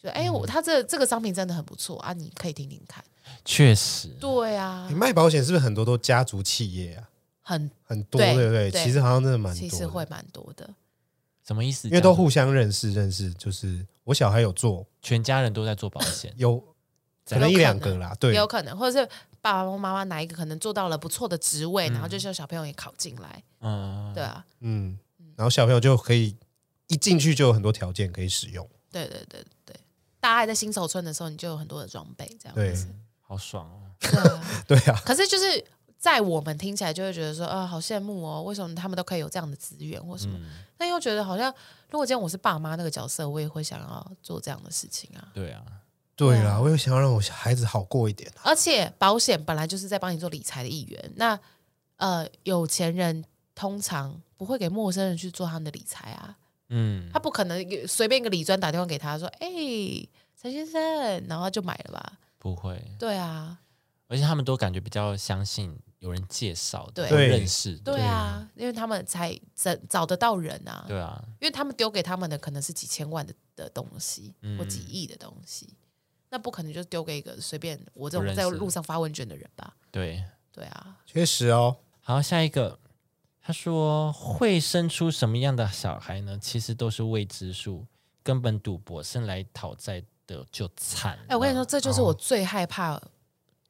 Speaker 2: 就哎、我他这这个商品真的很不错啊，你可以听听看。
Speaker 1: 确实，
Speaker 2: 对啊
Speaker 3: 你，卖保险是不是很多都家族企业啊？
Speaker 2: 很
Speaker 3: 很多
Speaker 2: 对
Speaker 3: 对不对？
Speaker 2: 对
Speaker 3: 其实好像真的蛮多
Speaker 2: 其
Speaker 3: 的，
Speaker 2: 实会蛮多的。
Speaker 1: 什么意思？
Speaker 3: 因为
Speaker 1: 这
Speaker 3: 都
Speaker 1: 样
Speaker 3: 互相认识认识，就是我小孩有做，，
Speaker 1: 全家人都在做保险
Speaker 3: 有可能一两个啦，对
Speaker 2: 也，有可能，或者是爸爸妈妈哪一个可能做到了不错的职位，然后就叫小朋友也考进来，
Speaker 1: 嗯，
Speaker 2: 对啊，
Speaker 3: 嗯，然后小朋友就可以一进去就有很多条件可以使用，
Speaker 2: 对对对对，大家还在新手村的时候，你就有很多的装备这样
Speaker 3: 对
Speaker 2: 子，
Speaker 1: 好爽 哦，
Speaker 2: 对啊。
Speaker 3: 对啊，
Speaker 2: 可是就是在我们听起来就会觉得说，啊，好羡慕哦，为什么他们都可以有这样的资源或什么？
Speaker 1: 嗯，
Speaker 2: 但又觉得好像，如果今天我是爸妈那个角色，我也会想要做这样的事情啊。
Speaker 1: 对啊，
Speaker 3: 对
Speaker 2: 对
Speaker 3: 啦，
Speaker 2: 啊
Speaker 3: 我也想要让我孩子好过一点啊，
Speaker 2: 而且保险本来就是在帮你做理财的一员，那呃，有钱人通常不会给陌生人去做他们的理财啊。
Speaker 1: 嗯
Speaker 2: 他，不可能随便一个理专打电话给他说：“哎、陈先生，然后他就买了吧
Speaker 1: 不会？”，
Speaker 2: 对啊，
Speaker 1: 而且他们都感觉比较相信有人介绍的，
Speaker 2: 对
Speaker 1: 有认识的，
Speaker 2: 对啊，因为他们才找找得到人啊，
Speaker 1: 对啊，
Speaker 2: 因为他们丢给他们的可能是几千万的的东西、
Speaker 1: 嗯
Speaker 2: 或几亿的东西，那不可能就丢给一个随便我这
Speaker 1: 不
Speaker 2: 种
Speaker 1: 认
Speaker 2: 在
Speaker 1: 识
Speaker 2: 路上发问卷的人吧？
Speaker 1: 对。
Speaker 2: 对啊，
Speaker 3: 确实哦，
Speaker 1: 好，下一个，他说会生出什么样的小孩呢？其实都是未知数，根本赌博生来讨债的就惨。
Speaker 2: 哎、我跟你说，，这就是我最害怕，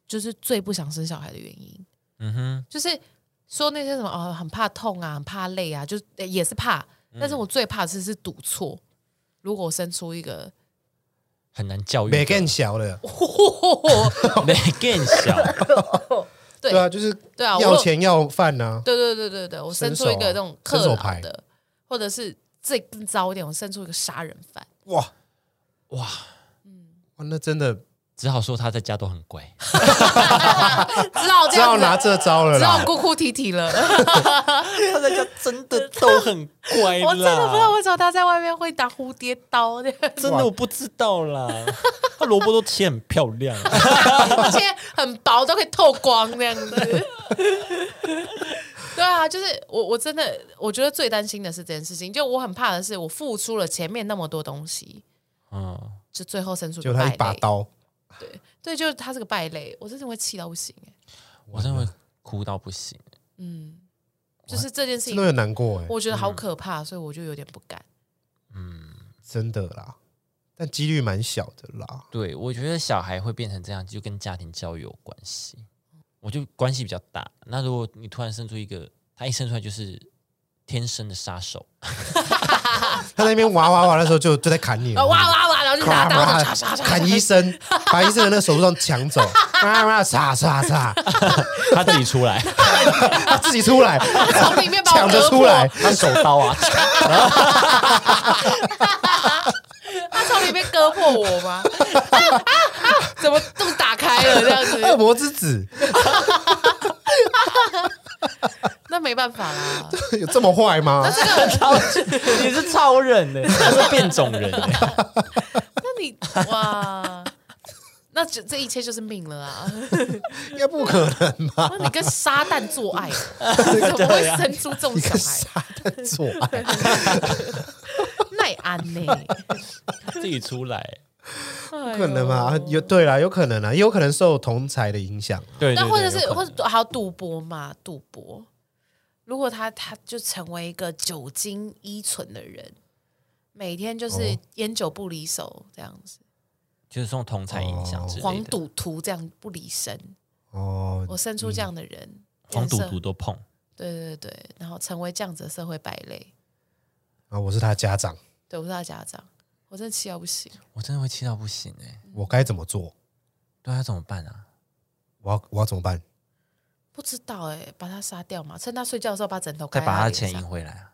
Speaker 2: 就是最不想生小孩的原因，
Speaker 1: 嗯哼，
Speaker 2: 就是说那些什么哦，很怕痛啊，很怕累啊，就是呃也是怕，但是我最怕的是是赌错。如果我生出一个
Speaker 1: 很难教育的，
Speaker 3: 没更小的，
Speaker 1: 没更小，
Speaker 2: 对
Speaker 3: 对啊，就是
Speaker 2: 对啊，我
Speaker 3: 要钱要饭呐，
Speaker 2: 对对对对对，我生出一个这种克
Speaker 3: 伸手
Speaker 2: 劳
Speaker 3: 牌
Speaker 2: 的，或者是最更糟一点，我生出一个杀人犯，
Speaker 3: 哇
Speaker 1: 哇，
Speaker 2: 嗯
Speaker 3: 哇，那真的
Speaker 1: 只好说他在家都很乖。
Speaker 2: 只好这
Speaker 3: 只好
Speaker 2: 样
Speaker 3: 拿
Speaker 2: 子，
Speaker 3: 这招了
Speaker 2: 只好
Speaker 3: 啦，
Speaker 2: 哭哭啼 啼了。
Speaker 1: 他在家真的都很乖啦，
Speaker 2: 我真的不知道为什么他在外面会打蝴蝶刀，而
Speaker 1: 真的我不知道 啦。他萝卜都切很漂亮，
Speaker 2: 且很薄，都可以透光那样子。 对啊，就是我，我真的，我觉得最担心的是这件事情。就我很怕的是，我付出了前面那么多东西，
Speaker 1: 嗯，
Speaker 2: 就最后生出
Speaker 3: 就
Speaker 2: 个
Speaker 3: 他
Speaker 2: 败
Speaker 3: 一把
Speaker 2: 类。
Speaker 3: 刀，
Speaker 2: 对，就是他是个败类，我真的会气到不行、欸。
Speaker 1: 我真的会哭到不行。
Speaker 2: 嗯，就是这件事
Speaker 3: 真
Speaker 2: 情
Speaker 3: 的，有难过哎，
Speaker 2: 我觉得好可怕，所以我就有点不敢。
Speaker 1: 嗯
Speaker 3: 真的啦，但几率蛮小的啦，
Speaker 1: 对，我觉得小孩会变成这样，就跟家庭教育有关系。我就关系比较大。那如果你突然生出一个，他一生出来就是天生的杀手，
Speaker 3: 他在那边哇哇哇的时候就就在砍你
Speaker 2: 啊
Speaker 3: 了，
Speaker 2: 哇哇哇，然后去打大
Speaker 3: 咔
Speaker 2: 刀，杀
Speaker 3: 咔
Speaker 2: 杀杀，
Speaker 3: 砍医生，把医生的那个手术刀抢走，啊啊，杀杀杀，
Speaker 1: 他自己出来，
Speaker 3: 他自己出来，
Speaker 2: 从里面把我
Speaker 3: 抢着
Speaker 2: 割
Speaker 3: 出
Speaker 2: 破，
Speaker 3: 来，
Speaker 1: 他手刀 啊，
Speaker 2: 他从里面割破我吗？啊啊啊！怎么这么打开了这样
Speaker 3: 恶
Speaker 2: 子？
Speaker 3: 魔之子
Speaker 2: 那没办法啦。
Speaker 3: 有这么坏吗？
Speaker 1: 超你是超人欸呢，他是变种人欸，
Speaker 2: 那你哇，那这这一切就是命了啊！
Speaker 3: 应该不可能吧？
Speaker 2: 那你跟撒旦做爱，你怎么会生出这种
Speaker 3: 你
Speaker 2: 小
Speaker 3: 跟
Speaker 2: 孩？
Speaker 3: 撒旦做 爱，
Speaker 2: 耐安呢？
Speaker 1: 自己出来，
Speaker 2: 不
Speaker 3: 不可能
Speaker 2: 哎
Speaker 3: 吧？有对啦，有可能啊，也有可能受同才的影响。
Speaker 1: 对，
Speaker 2: 那
Speaker 1: 对
Speaker 2: 或者
Speaker 1: 对
Speaker 2: 是
Speaker 1: 有可
Speaker 2: 或
Speaker 1: 能
Speaker 2: 者还有赌博嘛？赌博，如果他他就成为一个酒精依存的人，每天就是
Speaker 3: 哦
Speaker 2: 烟酒不离手这样子，
Speaker 1: 就是受同才影响之类的，
Speaker 2: 黄赌毒这样不离身。
Speaker 3: 哦，
Speaker 2: 我生出这样的人，
Speaker 1: 嗯黄赌
Speaker 2: 人生
Speaker 1: 毒都碰，
Speaker 2: 对对对对，然后成为这样子的社会败类。
Speaker 3: 啊，我是他家长，
Speaker 2: 对，我是他家长，我真的气到不行。
Speaker 1: 我真的会气到不行哎，
Speaker 3: 我该怎么做？
Speaker 1: 对他怎么办啊？
Speaker 3: 我要我要怎么办？
Speaker 2: 不知道哎、把他杀掉嘛？趁他睡觉的时候把枕头盖
Speaker 1: 再把他
Speaker 2: 他
Speaker 1: 钱
Speaker 2: 脸
Speaker 1: 赢
Speaker 2: 上
Speaker 1: 回来啊！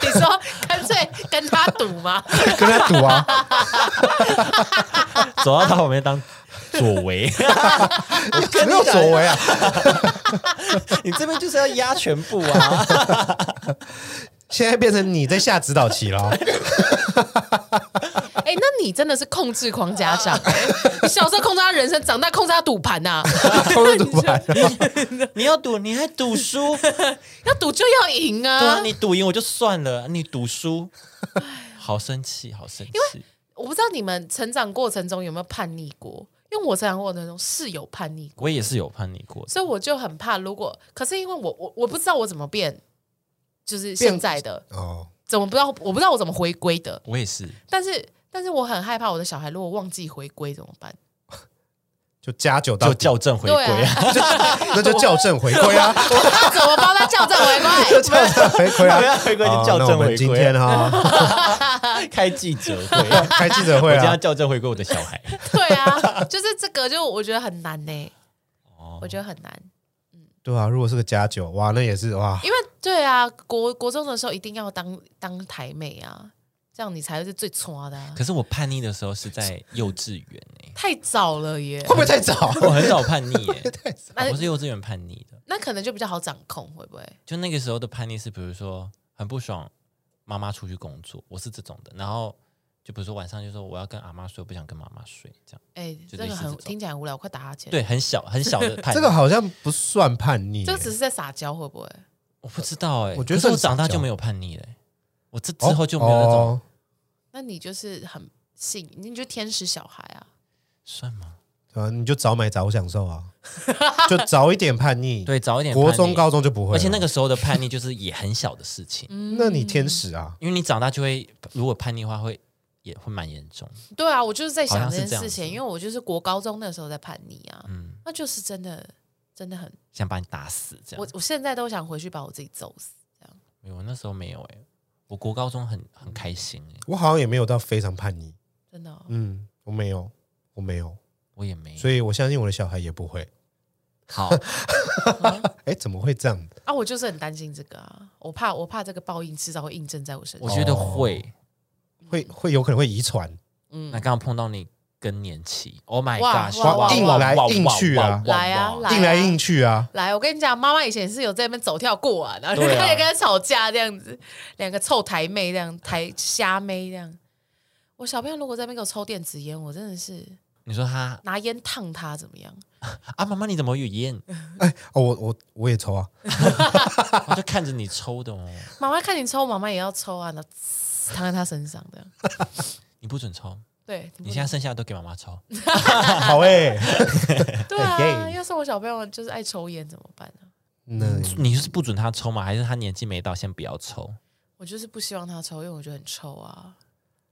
Speaker 2: 你说干脆跟他赌吗？
Speaker 3: 跟他赌 啊！
Speaker 1: 走到他旁边当左为，
Speaker 3: 没有所为啊！
Speaker 1: 你这边就是要压全部 啊！
Speaker 3: 现在变成你在下指导棋 了，哦
Speaker 2: 哎、那你真的是控制狂家长、欸，你小时候控制他人生，长大控制他赌盘啊呐、
Speaker 3: 都是赌 盘。
Speaker 1: 你要赌，你还赌 输，对
Speaker 2: 要赌就要赢
Speaker 1: 啊，
Speaker 2: 啊！
Speaker 1: 你赌赢我就算了，你赌输，好生气，好生气！
Speaker 2: 我不知道你们成长过程中有没有叛逆过，因为我成长过程中是有叛逆过，
Speaker 1: 我也是有叛逆过的，
Speaker 2: 所以我就很怕，如果可是因为我我我不知道我怎么变，就是现在的
Speaker 3: 哦，
Speaker 2: 怎么不知道，我不知道我怎么回归的，
Speaker 1: 我也是，
Speaker 2: 但是但是我很害怕我的小孩如果忘记回归怎么办？
Speaker 3: 就加九到
Speaker 1: 就
Speaker 3: 底，
Speaker 1: 校正回归
Speaker 2: 对
Speaker 1: 啊！
Speaker 2: 啊，
Speaker 3: 那就校正回归 啊！
Speaker 2: 那怎么帮他校正回
Speaker 3: 就
Speaker 2: 归？
Speaker 3: 校正回归啊！
Speaker 1: 不要回归
Speaker 3: 好
Speaker 1: 就校
Speaker 3: 那
Speaker 1: 正
Speaker 3: 我
Speaker 1: 回
Speaker 3: 们今
Speaker 1: 归
Speaker 3: 天
Speaker 1: 啊，
Speaker 3: 哈，
Speaker 1: 开记者 会，
Speaker 3: 开记者
Speaker 1: 我
Speaker 3: 会
Speaker 1: 今天要
Speaker 3: 啊！
Speaker 1: 校正回归我的小孩。
Speaker 2: 对啊，就是这个，就我觉得很难呢、
Speaker 1: 哦
Speaker 2: 我觉得很难，
Speaker 3: 对啊，如果是个加九，哇，那也是哇，
Speaker 2: 因为对啊，国国中的时候一定要当当台妹啊，这样你才是最抓的、啊。
Speaker 1: 可是我叛逆的时候是在幼稚园 哎，
Speaker 2: 太早了耶
Speaker 3: 会，不会太早？
Speaker 1: 我很早叛逆哎，
Speaker 3: 呃
Speaker 2: 那
Speaker 1: 我是幼稚园叛逆的。
Speaker 2: 那可能就比较好掌控，会不会？
Speaker 1: 就那个时候的叛逆是，比如说很不爽妈妈出去工作，我是这种的。然后就比如说晚上就说我要跟阿妈睡，我不想跟妈妈睡，这样
Speaker 2: 哎、
Speaker 1: 就
Speaker 2: 这
Speaker 1: 类
Speaker 2: 个
Speaker 1: 似
Speaker 2: 很
Speaker 1: 这种
Speaker 2: 听起来很无聊，快打哈欠。
Speaker 1: 对，很小很小的叛逆。
Speaker 3: 这个好像不算叛逆，
Speaker 2: 这个只是在撒娇，会不会？
Speaker 1: 我不知道哎、
Speaker 3: 我觉得
Speaker 1: 可是我
Speaker 3: 算
Speaker 1: 长大
Speaker 3: 小
Speaker 1: 就没有叛逆了欸、我这
Speaker 3: 哦
Speaker 1: 之后就没有那种、
Speaker 3: 哦
Speaker 2: 那你就是很幸，你就天使小孩啊。
Speaker 1: 算吗？
Speaker 3: 啊，你就早买早享受啊， 就早一点叛逆。，
Speaker 1: 对，早一点
Speaker 3: 国
Speaker 1: 叛
Speaker 3: 中、
Speaker 1: 逆
Speaker 3: 高，中就不会了。嗯
Speaker 1: 而且那个时候的叛逆就是也很小的事情，
Speaker 3: 那你天使啊，
Speaker 1: 因为你长大就会如果叛逆的话会也会蛮严重的。
Speaker 2: 对啊，我就是在
Speaker 1: 好像
Speaker 2: 想这
Speaker 1: 是
Speaker 2: 件
Speaker 1: 这样
Speaker 2: 事情，
Speaker 1: 子
Speaker 2: 因为我就是国高中那时候在叛逆啊，
Speaker 1: 嗯
Speaker 2: 那就是真的真的很，
Speaker 1: 想把你打死这
Speaker 2: 我
Speaker 1: 样。
Speaker 2: 我现在都想回去把我自己揍死。
Speaker 1: 没有，我那时候没有哎、我国高中很很开心哎、
Speaker 3: 我好像也没有到非常叛逆。
Speaker 2: 真 的哦、
Speaker 3: 嗯，我没有，我没有，
Speaker 1: 我也没有
Speaker 3: 所以我相信我的小孩也不会。
Speaker 1: 好，
Speaker 2: 嗯
Speaker 3: 哎，怎么会这样？
Speaker 2: 啊！我就是很担心这个啊，我怕我怕这个报应迟早会印证在我身
Speaker 1: 我
Speaker 2: 上。
Speaker 1: 觉得
Speaker 3: 哦
Speaker 1: 会。
Speaker 3: 会会有可能会遗传？
Speaker 2: 嗯
Speaker 1: 那刚刚碰到你更年期，Oh my
Speaker 2: 哇
Speaker 1: god！
Speaker 2: 哇哇硬
Speaker 3: 来硬去啊
Speaker 2: 来啊来
Speaker 3: 硬来硬去啊！
Speaker 2: 来，我跟你讲，妈妈以前是有在那边走跳过啊，然后就
Speaker 1: 对啊
Speaker 2: 开始跟她吵架这样子，两个臭台妹这样，台虾妹这样。我小朋友如果在那边给我抽电子烟，我真的是
Speaker 1: 你说他
Speaker 2: 拿烟烫他怎么样？
Speaker 1: 啊，妈妈你怎么有烟？
Speaker 3: 哦，我我我也 抽啊，
Speaker 1: 我就看着你抽的哦，
Speaker 2: 妈妈看你抽，妈妈也要抽啊，然后呲躺在她身上这样。
Speaker 1: 你不准抽，
Speaker 2: 对，
Speaker 1: 你现在剩下的都给妈妈抽。
Speaker 3: 嗯好哎，
Speaker 2: 对啊，
Speaker 3: 耶
Speaker 2: 要是我小朋友就是爱抽烟怎么办呢、
Speaker 3: 那
Speaker 1: 你是不准他抽吗？还是他年纪没到，先不要抽？
Speaker 2: 我就是不希望他抽，因为我觉得很臭啊。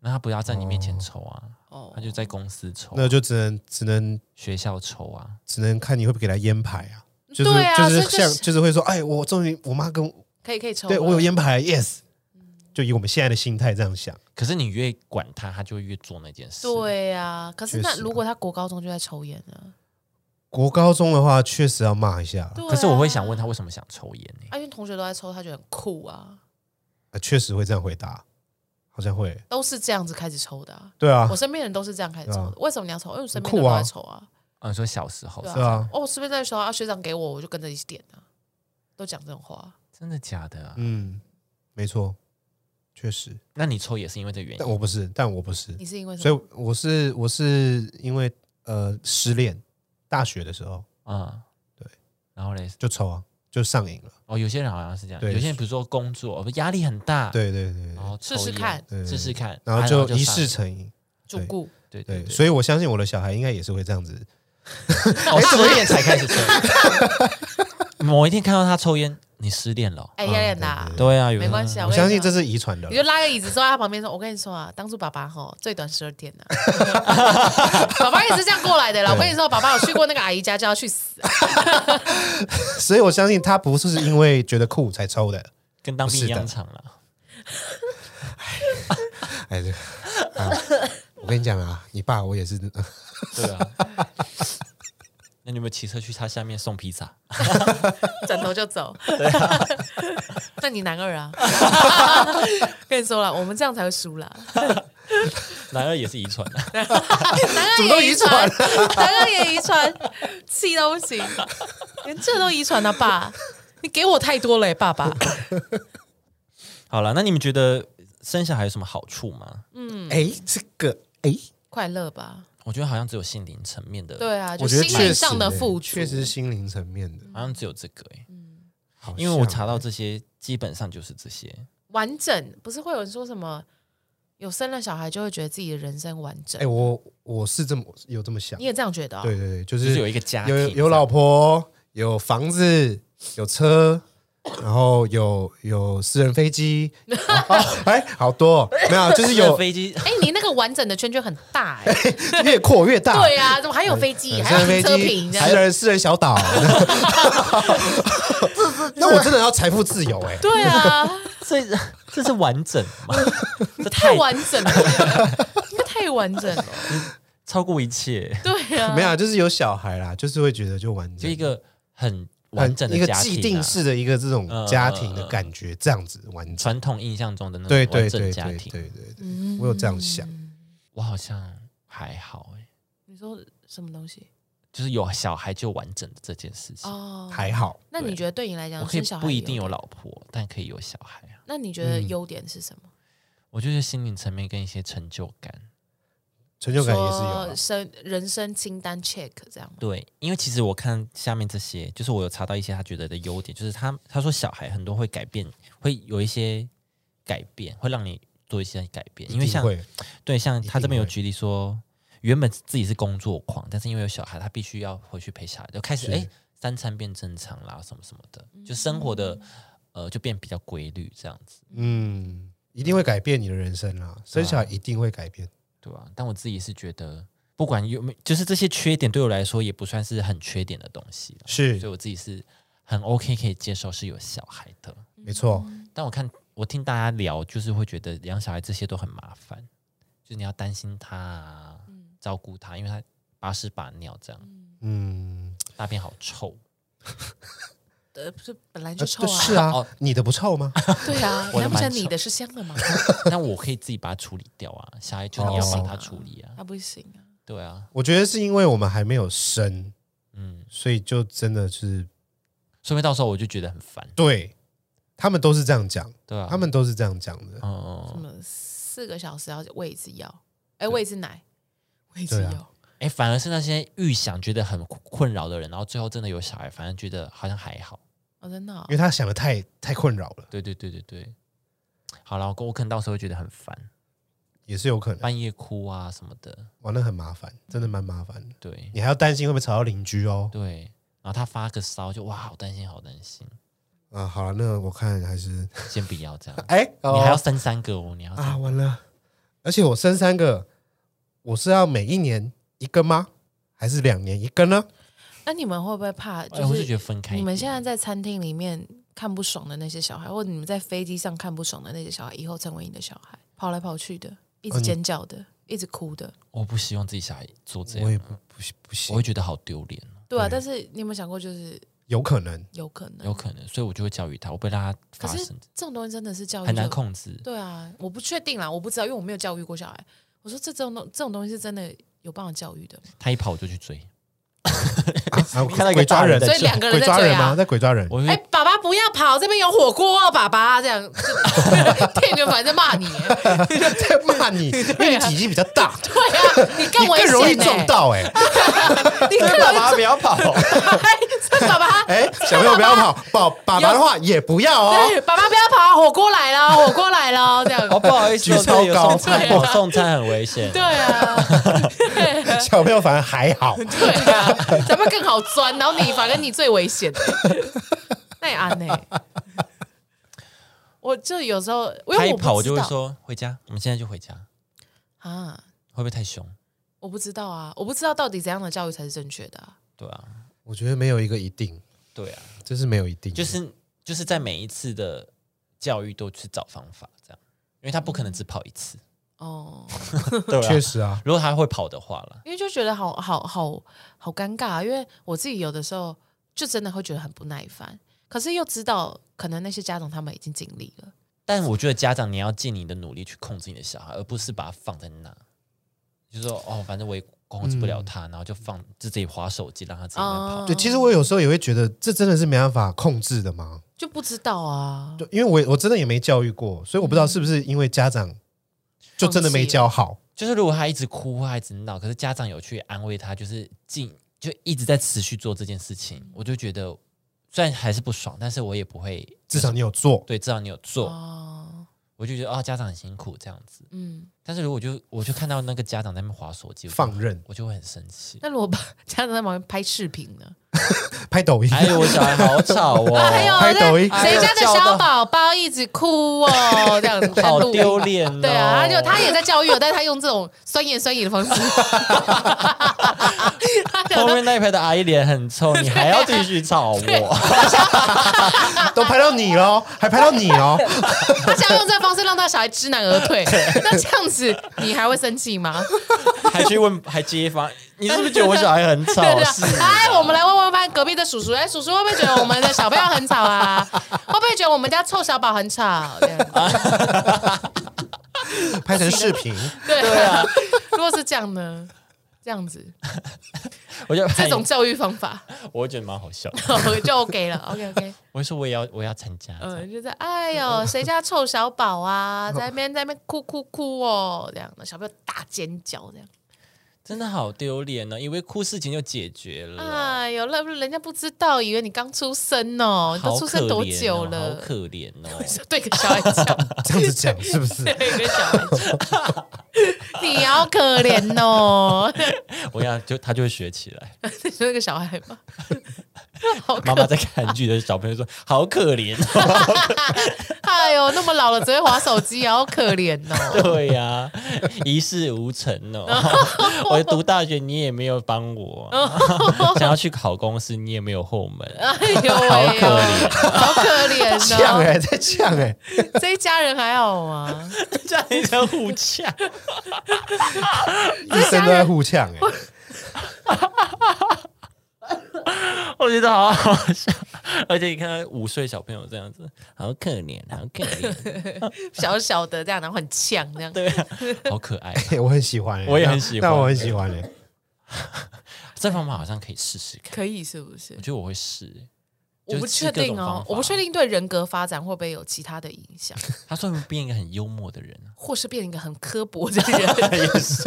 Speaker 1: 那他不要在你面前抽啊，
Speaker 2: 哦
Speaker 1: 他，就在公司抽啊、
Speaker 3: 那就只能只能
Speaker 1: 学校抽啊。
Speaker 3: 只能看你会不会给他烟牌啊。就是、
Speaker 2: 对啊
Speaker 3: 就
Speaker 2: 所以
Speaker 3: 是
Speaker 2: 就是
Speaker 3: 像就是会说，哎，我终于我妈跟我
Speaker 2: 可以可以抽吗，嗯
Speaker 3: 对我有烟牌，yes，就以我们现在的心态这样想，
Speaker 1: 可是你越管他，他就会越做那件事。，
Speaker 2: 对啊呀、可是
Speaker 3: 确
Speaker 2: 那
Speaker 3: 实啊
Speaker 2: 如果他国高中就在抽烟呢？
Speaker 3: 国高中的话确实要骂一下，
Speaker 2: 对啊
Speaker 1: 可是我会想问他为什么想抽烟呢、
Speaker 2: 啊，因为同学都在抽，他觉得很酷啊，
Speaker 3: 啊确实会这样回答，好像会，
Speaker 2: 都是这样子开始抽的、啊。
Speaker 3: 对啊啊
Speaker 2: 我，身边人都是这样开始抽的，为什么你要抽？因为我身边
Speaker 3: 很
Speaker 2: 的人
Speaker 3: 酷
Speaker 2: 都
Speaker 3: 啊
Speaker 2: 在抽啊。
Speaker 1: 嗯，说小时候
Speaker 2: 对
Speaker 3: 是啊，
Speaker 2: 哦，我身边在抽啊，学长给我，我就跟着一起点啊，都讲这种话。
Speaker 1: 真的假的啊？
Speaker 3: 嗯，没错，确实，
Speaker 1: 那你抽也是因为这原
Speaker 3: 但
Speaker 1: 因？
Speaker 3: 我不是，但我不是，
Speaker 2: 你是因为什
Speaker 3: 所
Speaker 2: 么？
Speaker 3: 以我是我是因为呃失恋，大学的时候
Speaker 1: 啊，
Speaker 3: 对。
Speaker 1: 然后嘞，
Speaker 3: 就抽啊，就上瘾了，
Speaker 1: 哦，有些人好像是这样，
Speaker 3: 对
Speaker 1: 有些人比如说工作哦压力很大，，
Speaker 3: 对对对
Speaker 1: 然后抽
Speaker 2: 试
Speaker 1: 烟
Speaker 2: 试看，
Speaker 3: 对，
Speaker 1: 试试看，
Speaker 3: 然后
Speaker 1: 啊
Speaker 3: 哦就一
Speaker 1: 上
Speaker 3: 试成瘾，
Speaker 2: 主顾
Speaker 1: 对
Speaker 3: 对，
Speaker 1: 对，
Speaker 3: 所以哎我相信我的小孩应该也是会这样子，
Speaker 1: 我哦失恋才开始抽。某一天看到他抽烟，你失恋了哦？
Speaker 2: 哎，要练啦
Speaker 3: 对，
Speaker 1: 对啊，有
Speaker 2: 没
Speaker 1: 人
Speaker 2: 关系啊。
Speaker 3: 我
Speaker 2: 跟你
Speaker 3: 相信
Speaker 2: 讲
Speaker 3: 这是遗传的
Speaker 2: 你，就拉个椅子坐在他旁边说：“我跟你说啊，当初爸爸吼最短十二点呐、 爸爸也是这样过来的啦。我跟你说，爸爸有去过那个阿姨家，就要去死、啊。
Speaker 3: 所以我相信他不是因为觉得酷才抽的，
Speaker 1: 跟当兵一样
Speaker 3: 不是
Speaker 1: 长了。
Speaker 3: 哎，这 啊我跟你讲啊，你爸我也是，
Speaker 1: 对啊。 那你有没有骑车去他下面送披萨？
Speaker 2: 转头就 走。啊那你男二 啊？跟你说了，我们这样才会输 啦。
Speaker 1: 男二也是遗传啊 的，
Speaker 2: 男二也遗传，男二也遗传，气到不行，连这都遗传了、啊爸。你给我太多了、欸，爸爸。
Speaker 1: 好了，那你们觉得生小孩有什么好处吗？
Speaker 3: 哎，这个哎，
Speaker 2: 快乐吧？
Speaker 1: 我觉得好像只有心灵层面的，，
Speaker 2: 对啊，就
Speaker 3: 我觉得
Speaker 2: 心
Speaker 3: 确
Speaker 2: 灵
Speaker 3: 实
Speaker 2: 上的
Speaker 3: 欸
Speaker 2: 付出，
Speaker 3: 确实是心灵层面的，
Speaker 1: 好像只有这个哎、
Speaker 3: 好
Speaker 1: 因为我
Speaker 3: 像
Speaker 1: 查到这些，基本上就是这些。
Speaker 2: 完整，不是会有人说什么有生了小孩就会觉得自己的人生完整？
Speaker 3: 哎，我我是这么有这么想
Speaker 2: 你，也这样觉得、哦？
Speaker 3: 对对对，就
Speaker 1: 就是
Speaker 3: 是
Speaker 1: 有一个家庭
Speaker 3: 有有老婆，有房子，有车，然后有有私人 飞机，哦哎，好多哦没有，就是
Speaker 1: 这样
Speaker 3: 有
Speaker 1: 飞机，
Speaker 2: 哎、你那个完整的圈圈很大 哎、
Speaker 3: 越扩越大。
Speaker 2: 对啊，怎么还有飞机，
Speaker 3: 呃
Speaker 2: 还
Speaker 3: 私
Speaker 2: 有
Speaker 3: 人
Speaker 2: 停
Speaker 3: 飞
Speaker 2: 车
Speaker 3: 机，
Speaker 2: 坪这
Speaker 3: 私
Speaker 2: 样？
Speaker 3: 人私人 小岛，那我真的要财富自由哎、
Speaker 2: 对啊，
Speaker 1: 这这是完整 吗？这
Speaker 2: 太
Speaker 1: 太
Speaker 2: 完整了，应该太完整了。
Speaker 1: 超过一切，
Speaker 2: 对啊，
Speaker 3: 没有啊，就是有小孩啦，就是会觉得就完
Speaker 1: 就
Speaker 3: 整
Speaker 1: 一，个很
Speaker 3: 很
Speaker 1: 完整的
Speaker 3: 一个
Speaker 1: 家庭、啊，
Speaker 3: 既定式的一个这种
Speaker 1: 嗯
Speaker 3: 家庭的感觉，这样子完整。
Speaker 1: 传统印象中的那
Speaker 3: 对
Speaker 1: 种
Speaker 3: 对
Speaker 1: 完整
Speaker 3: 对对
Speaker 1: 家
Speaker 3: 对
Speaker 1: 庭。
Speaker 3: 对对，
Speaker 2: 嗯
Speaker 3: 我有这样想。
Speaker 1: 我好像还好哎、
Speaker 2: 你说什么东西？
Speaker 1: 就是有小孩就完整的这件事情。
Speaker 2: 哦，
Speaker 3: 还好，
Speaker 2: 那你
Speaker 1: 对
Speaker 2: 觉得对你来讲
Speaker 1: 我可以
Speaker 2: 生小孩
Speaker 1: 不一定
Speaker 2: 优
Speaker 1: 有
Speaker 2: 点？
Speaker 1: 老婆，但可以有小孩啊。
Speaker 2: 那你觉得
Speaker 3: 嗯
Speaker 2: 优点是什么？
Speaker 1: 我就是心灵层面跟一些成就感。
Speaker 3: 成就
Speaker 2: 说
Speaker 3: 感也是有啊。
Speaker 2: 生人生清单 check 这样吗？
Speaker 1: 对，因为其实我看下面这些，就是我有查到一些他觉得的优点，就是他他说小孩很多会改变，会有一些改变，会让你做一些改变。因为
Speaker 3: 一定
Speaker 1: 像
Speaker 3: 会
Speaker 1: 对像他这边有
Speaker 3: 一定会
Speaker 1: 举例说，原本自己是工作狂，但是因为有小孩，他必须要回去陪小孩，就开始
Speaker 3: 是
Speaker 1: 哎三餐变正常啦，什么什么的，就生活的呃就变比较规律这样子。
Speaker 3: 嗯，一定会改变你的人生啊啦，生小孩一定会改变。
Speaker 1: 对啊，但我自己是觉得，不管有没，就是这些缺点对我来说也不算是很缺点的东西了，所以
Speaker 3: 是，
Speaker 1: 我自己是很 OK 可以接受是有小孩的。
Speaker 3: 没错，
Speaker 1: 但我看我听大家聊，就是会觉得养小孩这些都很麻烦，就是你要担心他啊，照顾他，因为他把屎把尿这样，
Speaker 3: 嗯，
Speaker 1: 大便好臭。
Speaker 2: 呃，不是本来
Speaker 3: 呃
Speaker 2: 就臭啊，
Speaker 3: 是啊
Speaker 1: 哦，
Speaker 3: 你的不臭吗？
Speaker 2: 对啊，
Speaker 1: 我的
Speaker 2: 难不
Speaker 1: 蛮
Speaker 2: 成
Speaker 1: 臭
Speaker 2: 你的是香的吗？
Speaker 1: 但我可以自己把它处理掉啊，小孩
Speaker 3: 哦
Speaker 1: 就你要帮他处理啊，
Speaker 2: 啊，不行啊，
Speaker 1: 对啊，
Speaker 3: 我觉得是因为我们还没有生，
Speaker 1: 嗯，
Speaker 3: 所以就真的是
Speaker 1: 说明到时候我就觉得很烦，
Speaker 3: 对他们都是这样讲，
Speaker 1: 对啊，
Speaker 3: 他们都是这样讲的。
Speaker 2: 什
Speaker 1: 嗯，
Speaker 2: 么四个小时要喂一次药，哎，喂一次奶，喂一次
Speaker 3: 对啊
Speaker 2: 药，
Speaker 1: 哎、反而是那些预想觉得很困扰的人，然后最后真的有小孩，反而觉得好像还好，
Speaker 2: 哦，真的哦
Speaker 3: 因为他想的太太困扰了，
Speaker 1: 对对对对对。好了，我我可能到时候会觉得很烦，
Speaker 3: 也是有可能，
Speaker 1: 半夜哭啊什么的，
Speaker 3: 玩的很麻烦，真的蛮麻烦的。
Speaker 1: 对
Speaker 3: 你还要担心会不会吵到邻居哦。
Speaker 1: 对。然后他发个烧就哇，好担心，好担心，
Speaker 3: 啊，好了，那我看还是，
Speaker 1: 先不要这样
Speaker 3: 哎，
Speaker 1: 你还要
Speaker 3: 哦
Speaker 1: 生三个哦，你要
Speaker 3: 啊，
Speaker 1: 生
Speaker 3: 完了！而且我生三个，我是要每一年一个吗？还是两年一个呢？
Speaker 2: 那你们会不会怕？
Speaker 1: 哎，我
Speaker 2: 就是
Speaker 1: 觉得分开一点。
Speaker 2: 你们现在在餐厅里面看不爽的那些小孩，或者你们在飞机上看不爽的那些小孩，以后成为你的小孩，跑来跑去的，
Speaker 1: 哦
Speaker 2: 一直尖叫的，一直哭的，
Speaker 1: 我不希望自己小孩做这
Speaker 3: 我也
Speaker 1: 样，
Speaker 3: 不不不
Speaker 1: 我
Speaker 3: 行
Speaker 1: 会，觉得好丢脸哦，
Speaker 2: 对啊。
Speaker 3: 对
Speaker 2: 但是你有没有想过，就是
Speaker 3: 有可能
Speaker 2: 有可能，
Speaker 1: 有可能，所以我就会教育他，我不会让他
Speaker 2: 嗯可
Speaker 1: 发
Speaker 2: 是
Speaker 1: 生，
Speaker 2: 这种东西真的是教育
Speaker 1: 很难
Speaker 2: 就
Speaker 1: 控制。
Speaker 2: 对啊，我不确定啦，我不知道，因为我没有教育过小孩。我说这种东这种东西是真的有办法教育的吗，
Speaker 1: 他一跑我就去追，
Speaker 2: 哎
Speaker 3: 啊啊
Speaker 1: 看到一个
Speaker 3: 鬼抓
Speaker 1: 大人
Speaker 3: 人，
Speaker 1: 在
Speaker 2: 所以两个人
Speaker 3: 鬼
Speaker 2: 在
Speaker 3: 抓
Speaker 2: 追
Speaker 3: 人吗？
Speaker 2: 啊
Speaker 3: 在鬼抓人，
Speaker 1: 我就
Speaker 2: 哎、爸爸不要跑，这边有火锅、哦，爸爸这样， 就店员反正在骂你耶，
Speaker 3: 在 骂你，因为你体积比较大，
Speaker 2: 对啊，你更
Speaker 3: 你
Speaker 2: 啊 危
Speaker 3: 更容易
Speaker 2: 险欸
Speaker 3: 撞
Speaker 2: 呢，
Speaker 3: 到哎。
Speaker 2: 你更容易撞
Speaker 1: 不要 跑，
Speaker 2: 到爸爸，
Speaker 3: 哎，小朋友不要 跑，宝爸爸的话也不要哦。
Speaker 2: 对，爸爸不要跑，火锅来了，火锅来了，这样，
Speaker 1: 哦不好意思，
Speaker 3: 举
Speaker 1: 我这里有
Speaker 3: 超高
Speaker 1: 送餐，
Speaker 2: 对啊
Speaker 1: 我送餐很危险
Speaker 2: 对。啊，
Speaker 3: 小朋友反而还好，
Speaker 2: 对啊，咱们更好钻，然后你反正你最危险的，那也安呢。我就有时候，因
Speaker 1: 他
Speaker 2: 为
Speaker 1: 一
Speaker 2: 我不
Speaker 1: 跑我就
Speaker 2: 知
Speaker 1: 会
Speaker 2: 道
Speaker 1: 说回家，我们现在就回家，会
Speaker 2: 啊，
Speaker 1: 不会太凶？
Speaker 2: 我不知道啊，我不知道到底怎样的教育才是正确的、啊。
Speaker 1: 对啊，
Speaker 3: 我觉得没有一个一定，
Speaker 1: 对啊，
Speaker 3: 这是没有一定的，
Speaker 1: 就是就是在每一次的教育都去找方法，这样，因为他不可能只跑一次，
Speaker 2: 哦，
Speaker 1: 对啊
Speaker 3: 确，实啊，
Speaker 1: 如果他会跑的话啦，
Speaker 2: 因为就觉得好好好好尴尬、啊，因为我自己有的时候就真的会觉得很不耐烦，可是又知道可能那些家长他们已经经历了，
Speaker 1: 但我觉得家长你要尽你的努力去控制你的小孩，而不是把他放在那，就是说哦，反正我也控制不了他，然后就放就自己划手机让他自己在那边跑。
Speaker 2: 哦
Speaker 3: 对，其实我有时候也会觉得，这真的是没办法控制的吗？
Speaker 2: 就不知道啊。
Speaker 3: 对，因为我我真的也没教育过，所以我
Speaker 2: 嗯
Speaker 3: 不知道是不是因为家长就真的没教好，
Speaker 1: 就是如果他一直哭，他一直闹，可是家长有去安慰他，就是尽就一直在持续做这件事情，我就觉得虽然还是不爽，但是我也不会
Speaker 3: 至少你有做。
Speaker 1: 对，至少你有做，
Speaker 2: 哦，
Speaker 1: 我就觉得哦，家长很辛苦这样子。
Speaker 2: 嗯，
Speaker 1: 但是如果我就我就看到那个家长在那边划手机，我就
Speaker 3: 放任
Speaker 1: 我就会很生气。
Speaker 2: 那如果把家长在旁边拍视频呢？
Speaker 3: 拍抖音，
Speaker 1: 哎呦，我小孩好吵哦，
Speaker 2: 啊，还有
Speaker 3: 拍抖音
Speaker 2: 那谁家的小宝宝一直哭哦，这样子
Speaker 1: 好丢。脸哦。
Speaker 2: 对啊，他就他也在教育我，但是他用这种酸言酸语 的方式。他想
Speaker 1: 后
Speaker 2: 说
Speaker 1: 面那一排的阿姨脸很 臭，你还要继续吵
Speaker 2: 啊
Speaker 1: 我，
Speaker 3: 都拍到你喽，还拍到你 哦，
Speaker 2: 他想要用这个方式让他小孩知难而退，那这样子你还会生气吗？
Speaker 1: 还去问还街坊，你是不是觉得我小孩很吵？
Speaker 2: 对
Speaker 1: 是
Speaker 2: 对，哎，我们来问问看隔壁的叔叔，哎，叔叔会不会觉得我们的小朋友很吵啊？会不会觉得我们家臭小宝很吵？这样
Speaker 3: 拍成视频，
Speaker 2: 对对啊，如果是这样呢？这样子，
Speaker 1: 我就哎
Speaker 2: 这种教育 方法
Speaker 1: 我觉得蛮好笑的。
Speaker 2: 就 OK 了，OK OK，
Speaker 1: 我就说我也要我也要参加，这样
Speaker 2: 嗯，就在哎呦，谁家臭小宝啊，在那边在那边哭哭哭哦，这样的小朋友大尖叫这样，
Speaker 1: 真的好丢脸哦呢，以为哭事情就解决了，
Speaker 2: 哎呦，那人家不知道，以为你刚出生哦，你
Speaker 1: 啊好
Speaker 2: 都
Speaker 1: 可
Speaker 2: 出
Speaker 1: 怜
Speaker 2: 生
Speaker 1: 哦
Speaker 2: 多久
Speaker 1: 好
Speaker 2: 了？
Speaker 1: 可怜 哦。
Speaker 2: 对个小孩讲，
Speaker 3: 这样子讲是不是？
Speaker 2: 对个小孩讲， 你好可怜哦，
Speaker 1: 我想就他就会学起来。
Speaker 2: 你说那个小孩吗？好可
Speaker 1: 妈妈在看剧的小朋友说：“好可怜哦，
Speaker 2: 哎呦，那么老了只会划手机，啊好可怜 哦。
Speaker 1: 对呀、一事无成 哦。我读大学你也没有帮我 啊，想要去考公司你也没有后门，
Speaker 2: 哎呦喂呦，
Speaker 1: 好可怜。欸
Speaker 2: 好可
Speaker 3: 呛
Speaker 2: 怜哦！
Speaker 3: 哎，在呛哎，
Speaker 2: 这一家人还好吗？
Speaker 1: 这样一直互呛，
Speaker 3: 医生都在互呛哎，
Speaker 1: 我觉得好好笑。而且你看五岁小朋友这样子，好可怜，好可怜，
Speaker 2: 小小的这样，然后很呛这样。
Speaker 1: 对、啊，好可爱。
Speaker 3: 嘿我很喜欢哎，
Speaker 1: 我也很喜欢
Speaker 3: 那我很喜欢哎，
Speaker 1: 这方法好像可以试试看，
Speaker 2: 可以是不是
Speaker 1: 我？觉得我会试。
Speaker 2: 我不
Speaker 1: 就是
Speaker 2: 确
Speaker 1: 各
Speaker 2: 定
Speaker 1: 种方
Speaker 2: 哦
Speaker 1: 法，
Speaker 2: 我不确。定对人格发展会不会有其他的影响，
Speaker 1: 他说明变一个很幽默的人啊，
Speaker 2: 或是变一个很刻薄的人。
Speaker 1: 也是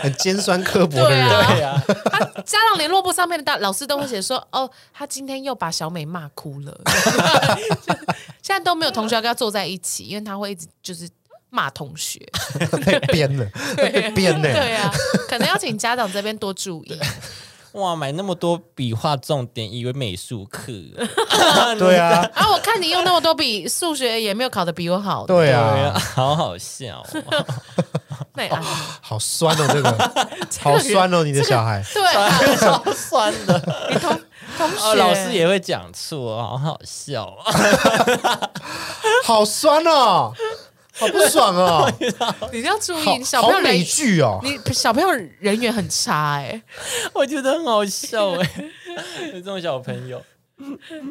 Speaker 3: 很尖酸刻薄的
Speaker 2: 对啊
Speaker 3: 人，
Speaker 1: 对呀、
Speaker 2: 他家长联络簿上面的大老师都会写说， 哦，他今天又把小美骂哭了。 现在都没有同学要跟他坐在一起，因为他会一直就是骂同学。
Speaker 3: 啊 被编了，被编欸呢，
Speaker 2: 对啊，可能要请家长这边多注 意。
Speaker 1: 哇，买那么多笔画重点，以为美术 课。
Speaker 3: 对啊，
Speaker 2: 啊，我看你用那么多笔，数学也没有考得比我好。
Speaker 3: 对
Speaker 1: 哎
Speaker 3: 啊
Speaker 1: 呀，，好好笑哦、
Speaker 2: 那也安慰
Speaker 3: 好酸哦，这个好酸哦，你的小孩，
Speaker 2: 对啊，
Speaker 1: 超酸的。
Speaker 2: 你同同
Speaker 1: 哦，
Speaker 2: 学
Speaker 1: 老师也会讲错，好好笑哦。
Speaker 3: 好酸哦，好不 爽哦，
Speaker 2: 你要注
Speaker 3: 好
Speaker 2: 意，哎小朋友
Speaker 3: 好
Speaker 2: 人
Speaker 3: 美剧哦，
Speaker 2: 你小朋友人缘很差哎、
Speaker 1: 我觉得很好笑哎、有这种小朋友。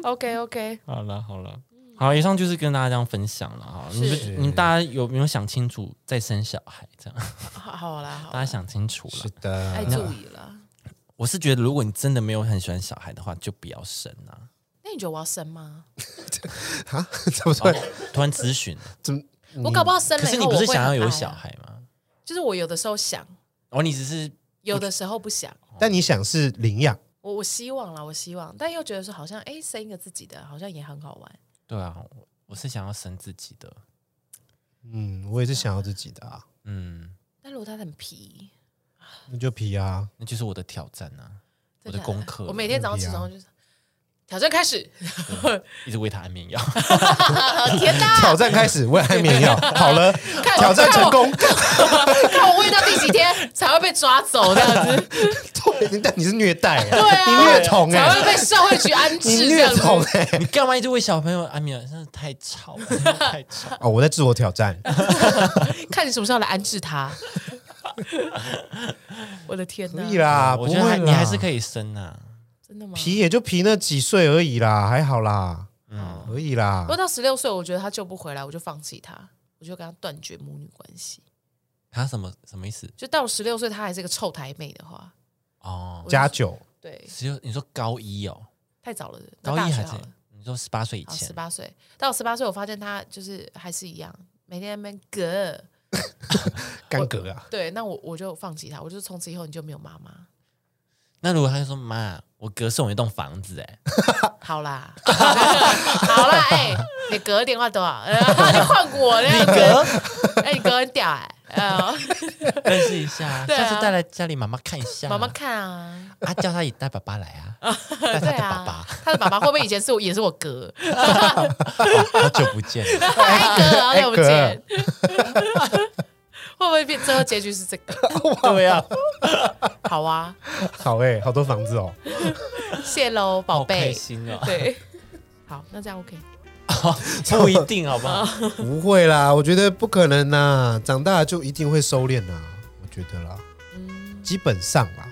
Speaker 2: OK OK，
Speaker 1: 好了好了，好，以上就是跟大家这样分享了哈。你
Speaker 2: 是
Speaker 1: 们你们大家有没有想清楚再生小孩？这样
Speaker 2: 好好啦，好
Speaker 1: 大家想清楚
Speaker 3: 是
Speaker 1: 了。
Speaker 2: 爱
Speaker 3: 的，
Speaker 2: 注意了。
Speaker 1: 我是觉得，如果你真的没有很喜欢小孩的话，就不要生啊。
Speaker 2: 那你觉得我要生吗？
Speaker 3: 啊， 怎么对？
Speaker 1: 突然咨询，
Speaker 3: 怎么？
Speaker 2: 我搞不好生
Speaker 1: 嗯可
Speaker 2: 了
Speaker 1: 是
Speaker 2: 以
Speaker 1: 你
Speaker 2: 后，
Speaker 1: 不
Speaker 2: 我
Speaker 1: 是
Speaker 2: 会
Speaker 1: 想要
Speaker 2: 很
Speaker 1: 有
Speaker 2: 爱
Speaker 1: 小
Speaker 2: 啊，
Speaker 1: 孩吗？
Speaker 2: 就是我有的时候想，
Speaker 1: 哦，你只是
Speaker 2: 有的时候不想。
Speaker 1: 嗯
Speaker 3: 但你想是领养，
Speaker 2: 我我希望啦，我希望，但又觉得说好像哎，生一个自己的好像也很好玩。
Speaker 1: 对啊，我我是想要生自己的。
Speaker 3: 嗯，我也是想要自己的啊，
Speaker 1: 嗯，
Speaker 2: 但如果他很皮，
Speaker 3: 那就皮啊，
Speaker 1: 那就是我的挑战啊，我
Speaker 2: 真
Speaker 1: 的
Speaker 2: 假
Speaker 1: 功课
Speaker 2: 我每天早上起床就是挑战开始，
Speaker 1: 一直喂他安眠药。
Speaker 2: 啊天 哪！
Speaker 3: 挑战开始，喂安眠 药，好了，
Speaker 2: 哎看
Speaker 3: 挑战成功，
Speaker 2: 看我喂到第几天才会被抓走这样子，
Speaker 3: 对，但你是虐待啊，
Speaker 2: 对啊
Speaker 3: 你虐童
Speaker 2: 才
Speaker 3: 哎
Speaker 2: 会，被社会局安
Speaker 3: 你
Speaker 2: 置这
Speaker 3: 虐
Speaker 2: 样子。
Speaker 3: 童哎，
Speaker 1: 你干嘛一直喂小朋友安眠药？真的太吵 了，真的太吵。
Speaker 3: 哦，我在自我挑战，
Speaker 2: 看你什么时候来安置 他。我的天
Speaker 3: 可以
Speaker 2: 哪！
Speaker 3: 啦，
Speaker 1: 我
Speaker 3: 不
Speaker 1: 觉得还
Speaker 3: 会
Speaker 1: 你还是
Speaker 3: 以，
Speaker 1: 可以生啊。
Speaker 2: 真的吗？
Speaker 3: 皮也就皮那几岁而已啦，还好啦，
Speaker 1: 嗯，
Speaker 3: 可以啦
Speaker 2: 不，过到十六岁，我觉得他救不回来，我就放弃他，我就跟他断绝母女关系。
Speaker 1: 他啊什么什么意思？
Speaker 2: 就到十六岁，他还是个臭台妹的话，
Speaker 1: 哦，
Speaker 3: 加九，
Speaker 2: 对，
Speaker 1: 只有你说高一哦，
Speaker 2: 太早了。那
Speaker 1: 高
Speaker 2: 大
Speaker 1: 一
Speaker 2: 学
Speaker 1: 还
Speaker 2: 好
Speaker 1: 是
Speaker 2: 了，
Speaker 1: 你说十八岁以
Speaker 2: 好
Speaker 1: 前
Speaker 2: 十，八岁，到十八岁，我发现他就是还是一样，每天在那边嗝。
Speaker 3: 干戈啊，
Speaker 2: 对，那我我就放弃他，我就从此以后你就没有妈妈。
Speaker 1: 那如果他就说妈，我哥送我一栋房子，哎，
Speaker 2: 好啦， 好啦，哎、你嗝电话多少？ 呃、你换我那个嗝，哎、你嗝很屌 哎、呃，
Speaker 1: 认识一下，
Speaker 2: 对啊
Speaker 1: 下次带来家里妈妈看一下，
Speaker 2: 妈妈看啊，
Speaker 1: 啊，叫他也带爸爸来啊，带他
Speaker 2: 对
Speaker 1: 的爸
Speaker 2: 啊
Speaker 1: 爸，，
Speaker 2: 他的爸爸会不会以前是我也是我嗝？
Speaker 1: 好久不见了，
Speaker 2: 嗨哥，好久不
Speaker 3: 哎
Speaker 2: 见。会不会变最后结局是这个？
Speaker 1: 对啊，
Speaker 2: 好啊，
Speaker 3: 好哎，好多房子哦，
Speaker 2: 谢喽，宝
Speaker 1: 好开
Speaker 2: 贝。
Speaker 1: 心哦，
Speaker 2: 对， 好，那这样 OK。
Speaker 1: 不一定好不好？
Speaker 2: 嗯
Speaker 3: 不会啦，我觉得不可能啦，长大就一定会收敛啦，我觉得啦，
Speaker 2: 嗯，
Speaker 3: 基本上啦，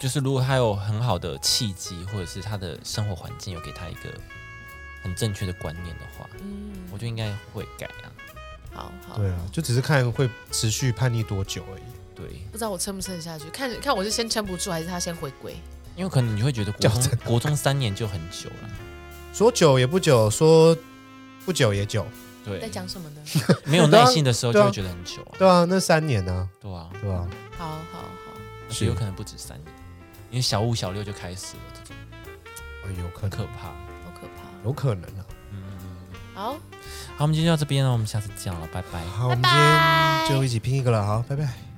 Speaker 1: 就是如果他有很好的契机，或者是他的生活环境有给他一个很正确的观念的话，
Speaker 2: 嗯
Speaker 1: 我就应该会改啊。
Speaker 2: 好好。
Speaker 3: 对啊，就只是看会持续叛逆多久而已，
Speaker 1: 对，
Speaker 2: 不知道我撑不撑得下去，看看我是先撑不住，还是他先回归？
Speaker 1: 因为可能你会觉得国
Speaker 3: 矫
Speaker 1: 中国中三年就很久了，
Speaker 3: 说久也不久，说不久也久，
Speaker 1: 对，
Speaker 2: 在讲什么呢？
Speaker 1: 没有耐心的时候
Speaker 3: 对
Speaker 1: 就
Speaker 3: 啊
Speaker 1: 会觉得很久啊，
Speaker 3: 对啊，那三年啊，
Speaker 1: 对啊，
Speaker 3: 对啊，
Speaker 2: 好好好，
Speaker 1: 而且有可能不止三年，因为小五小六就开始了，这种
Speaker 3: 哎有可
Speaker 1: 很
Speaker 3: 能，
Speaker 1: 可怕。
Speaker 2: 好可怕。
Speaker 3: 有可能啊。
Speaker 2: 好，
Speaker 1: 好，我们今天就到这边了，我们下次见了，拜拜。
Speaker 3: 好，我们
Speaker 2: 拜
Speaker 3: 今天就一起拼一个了，好，拜拜。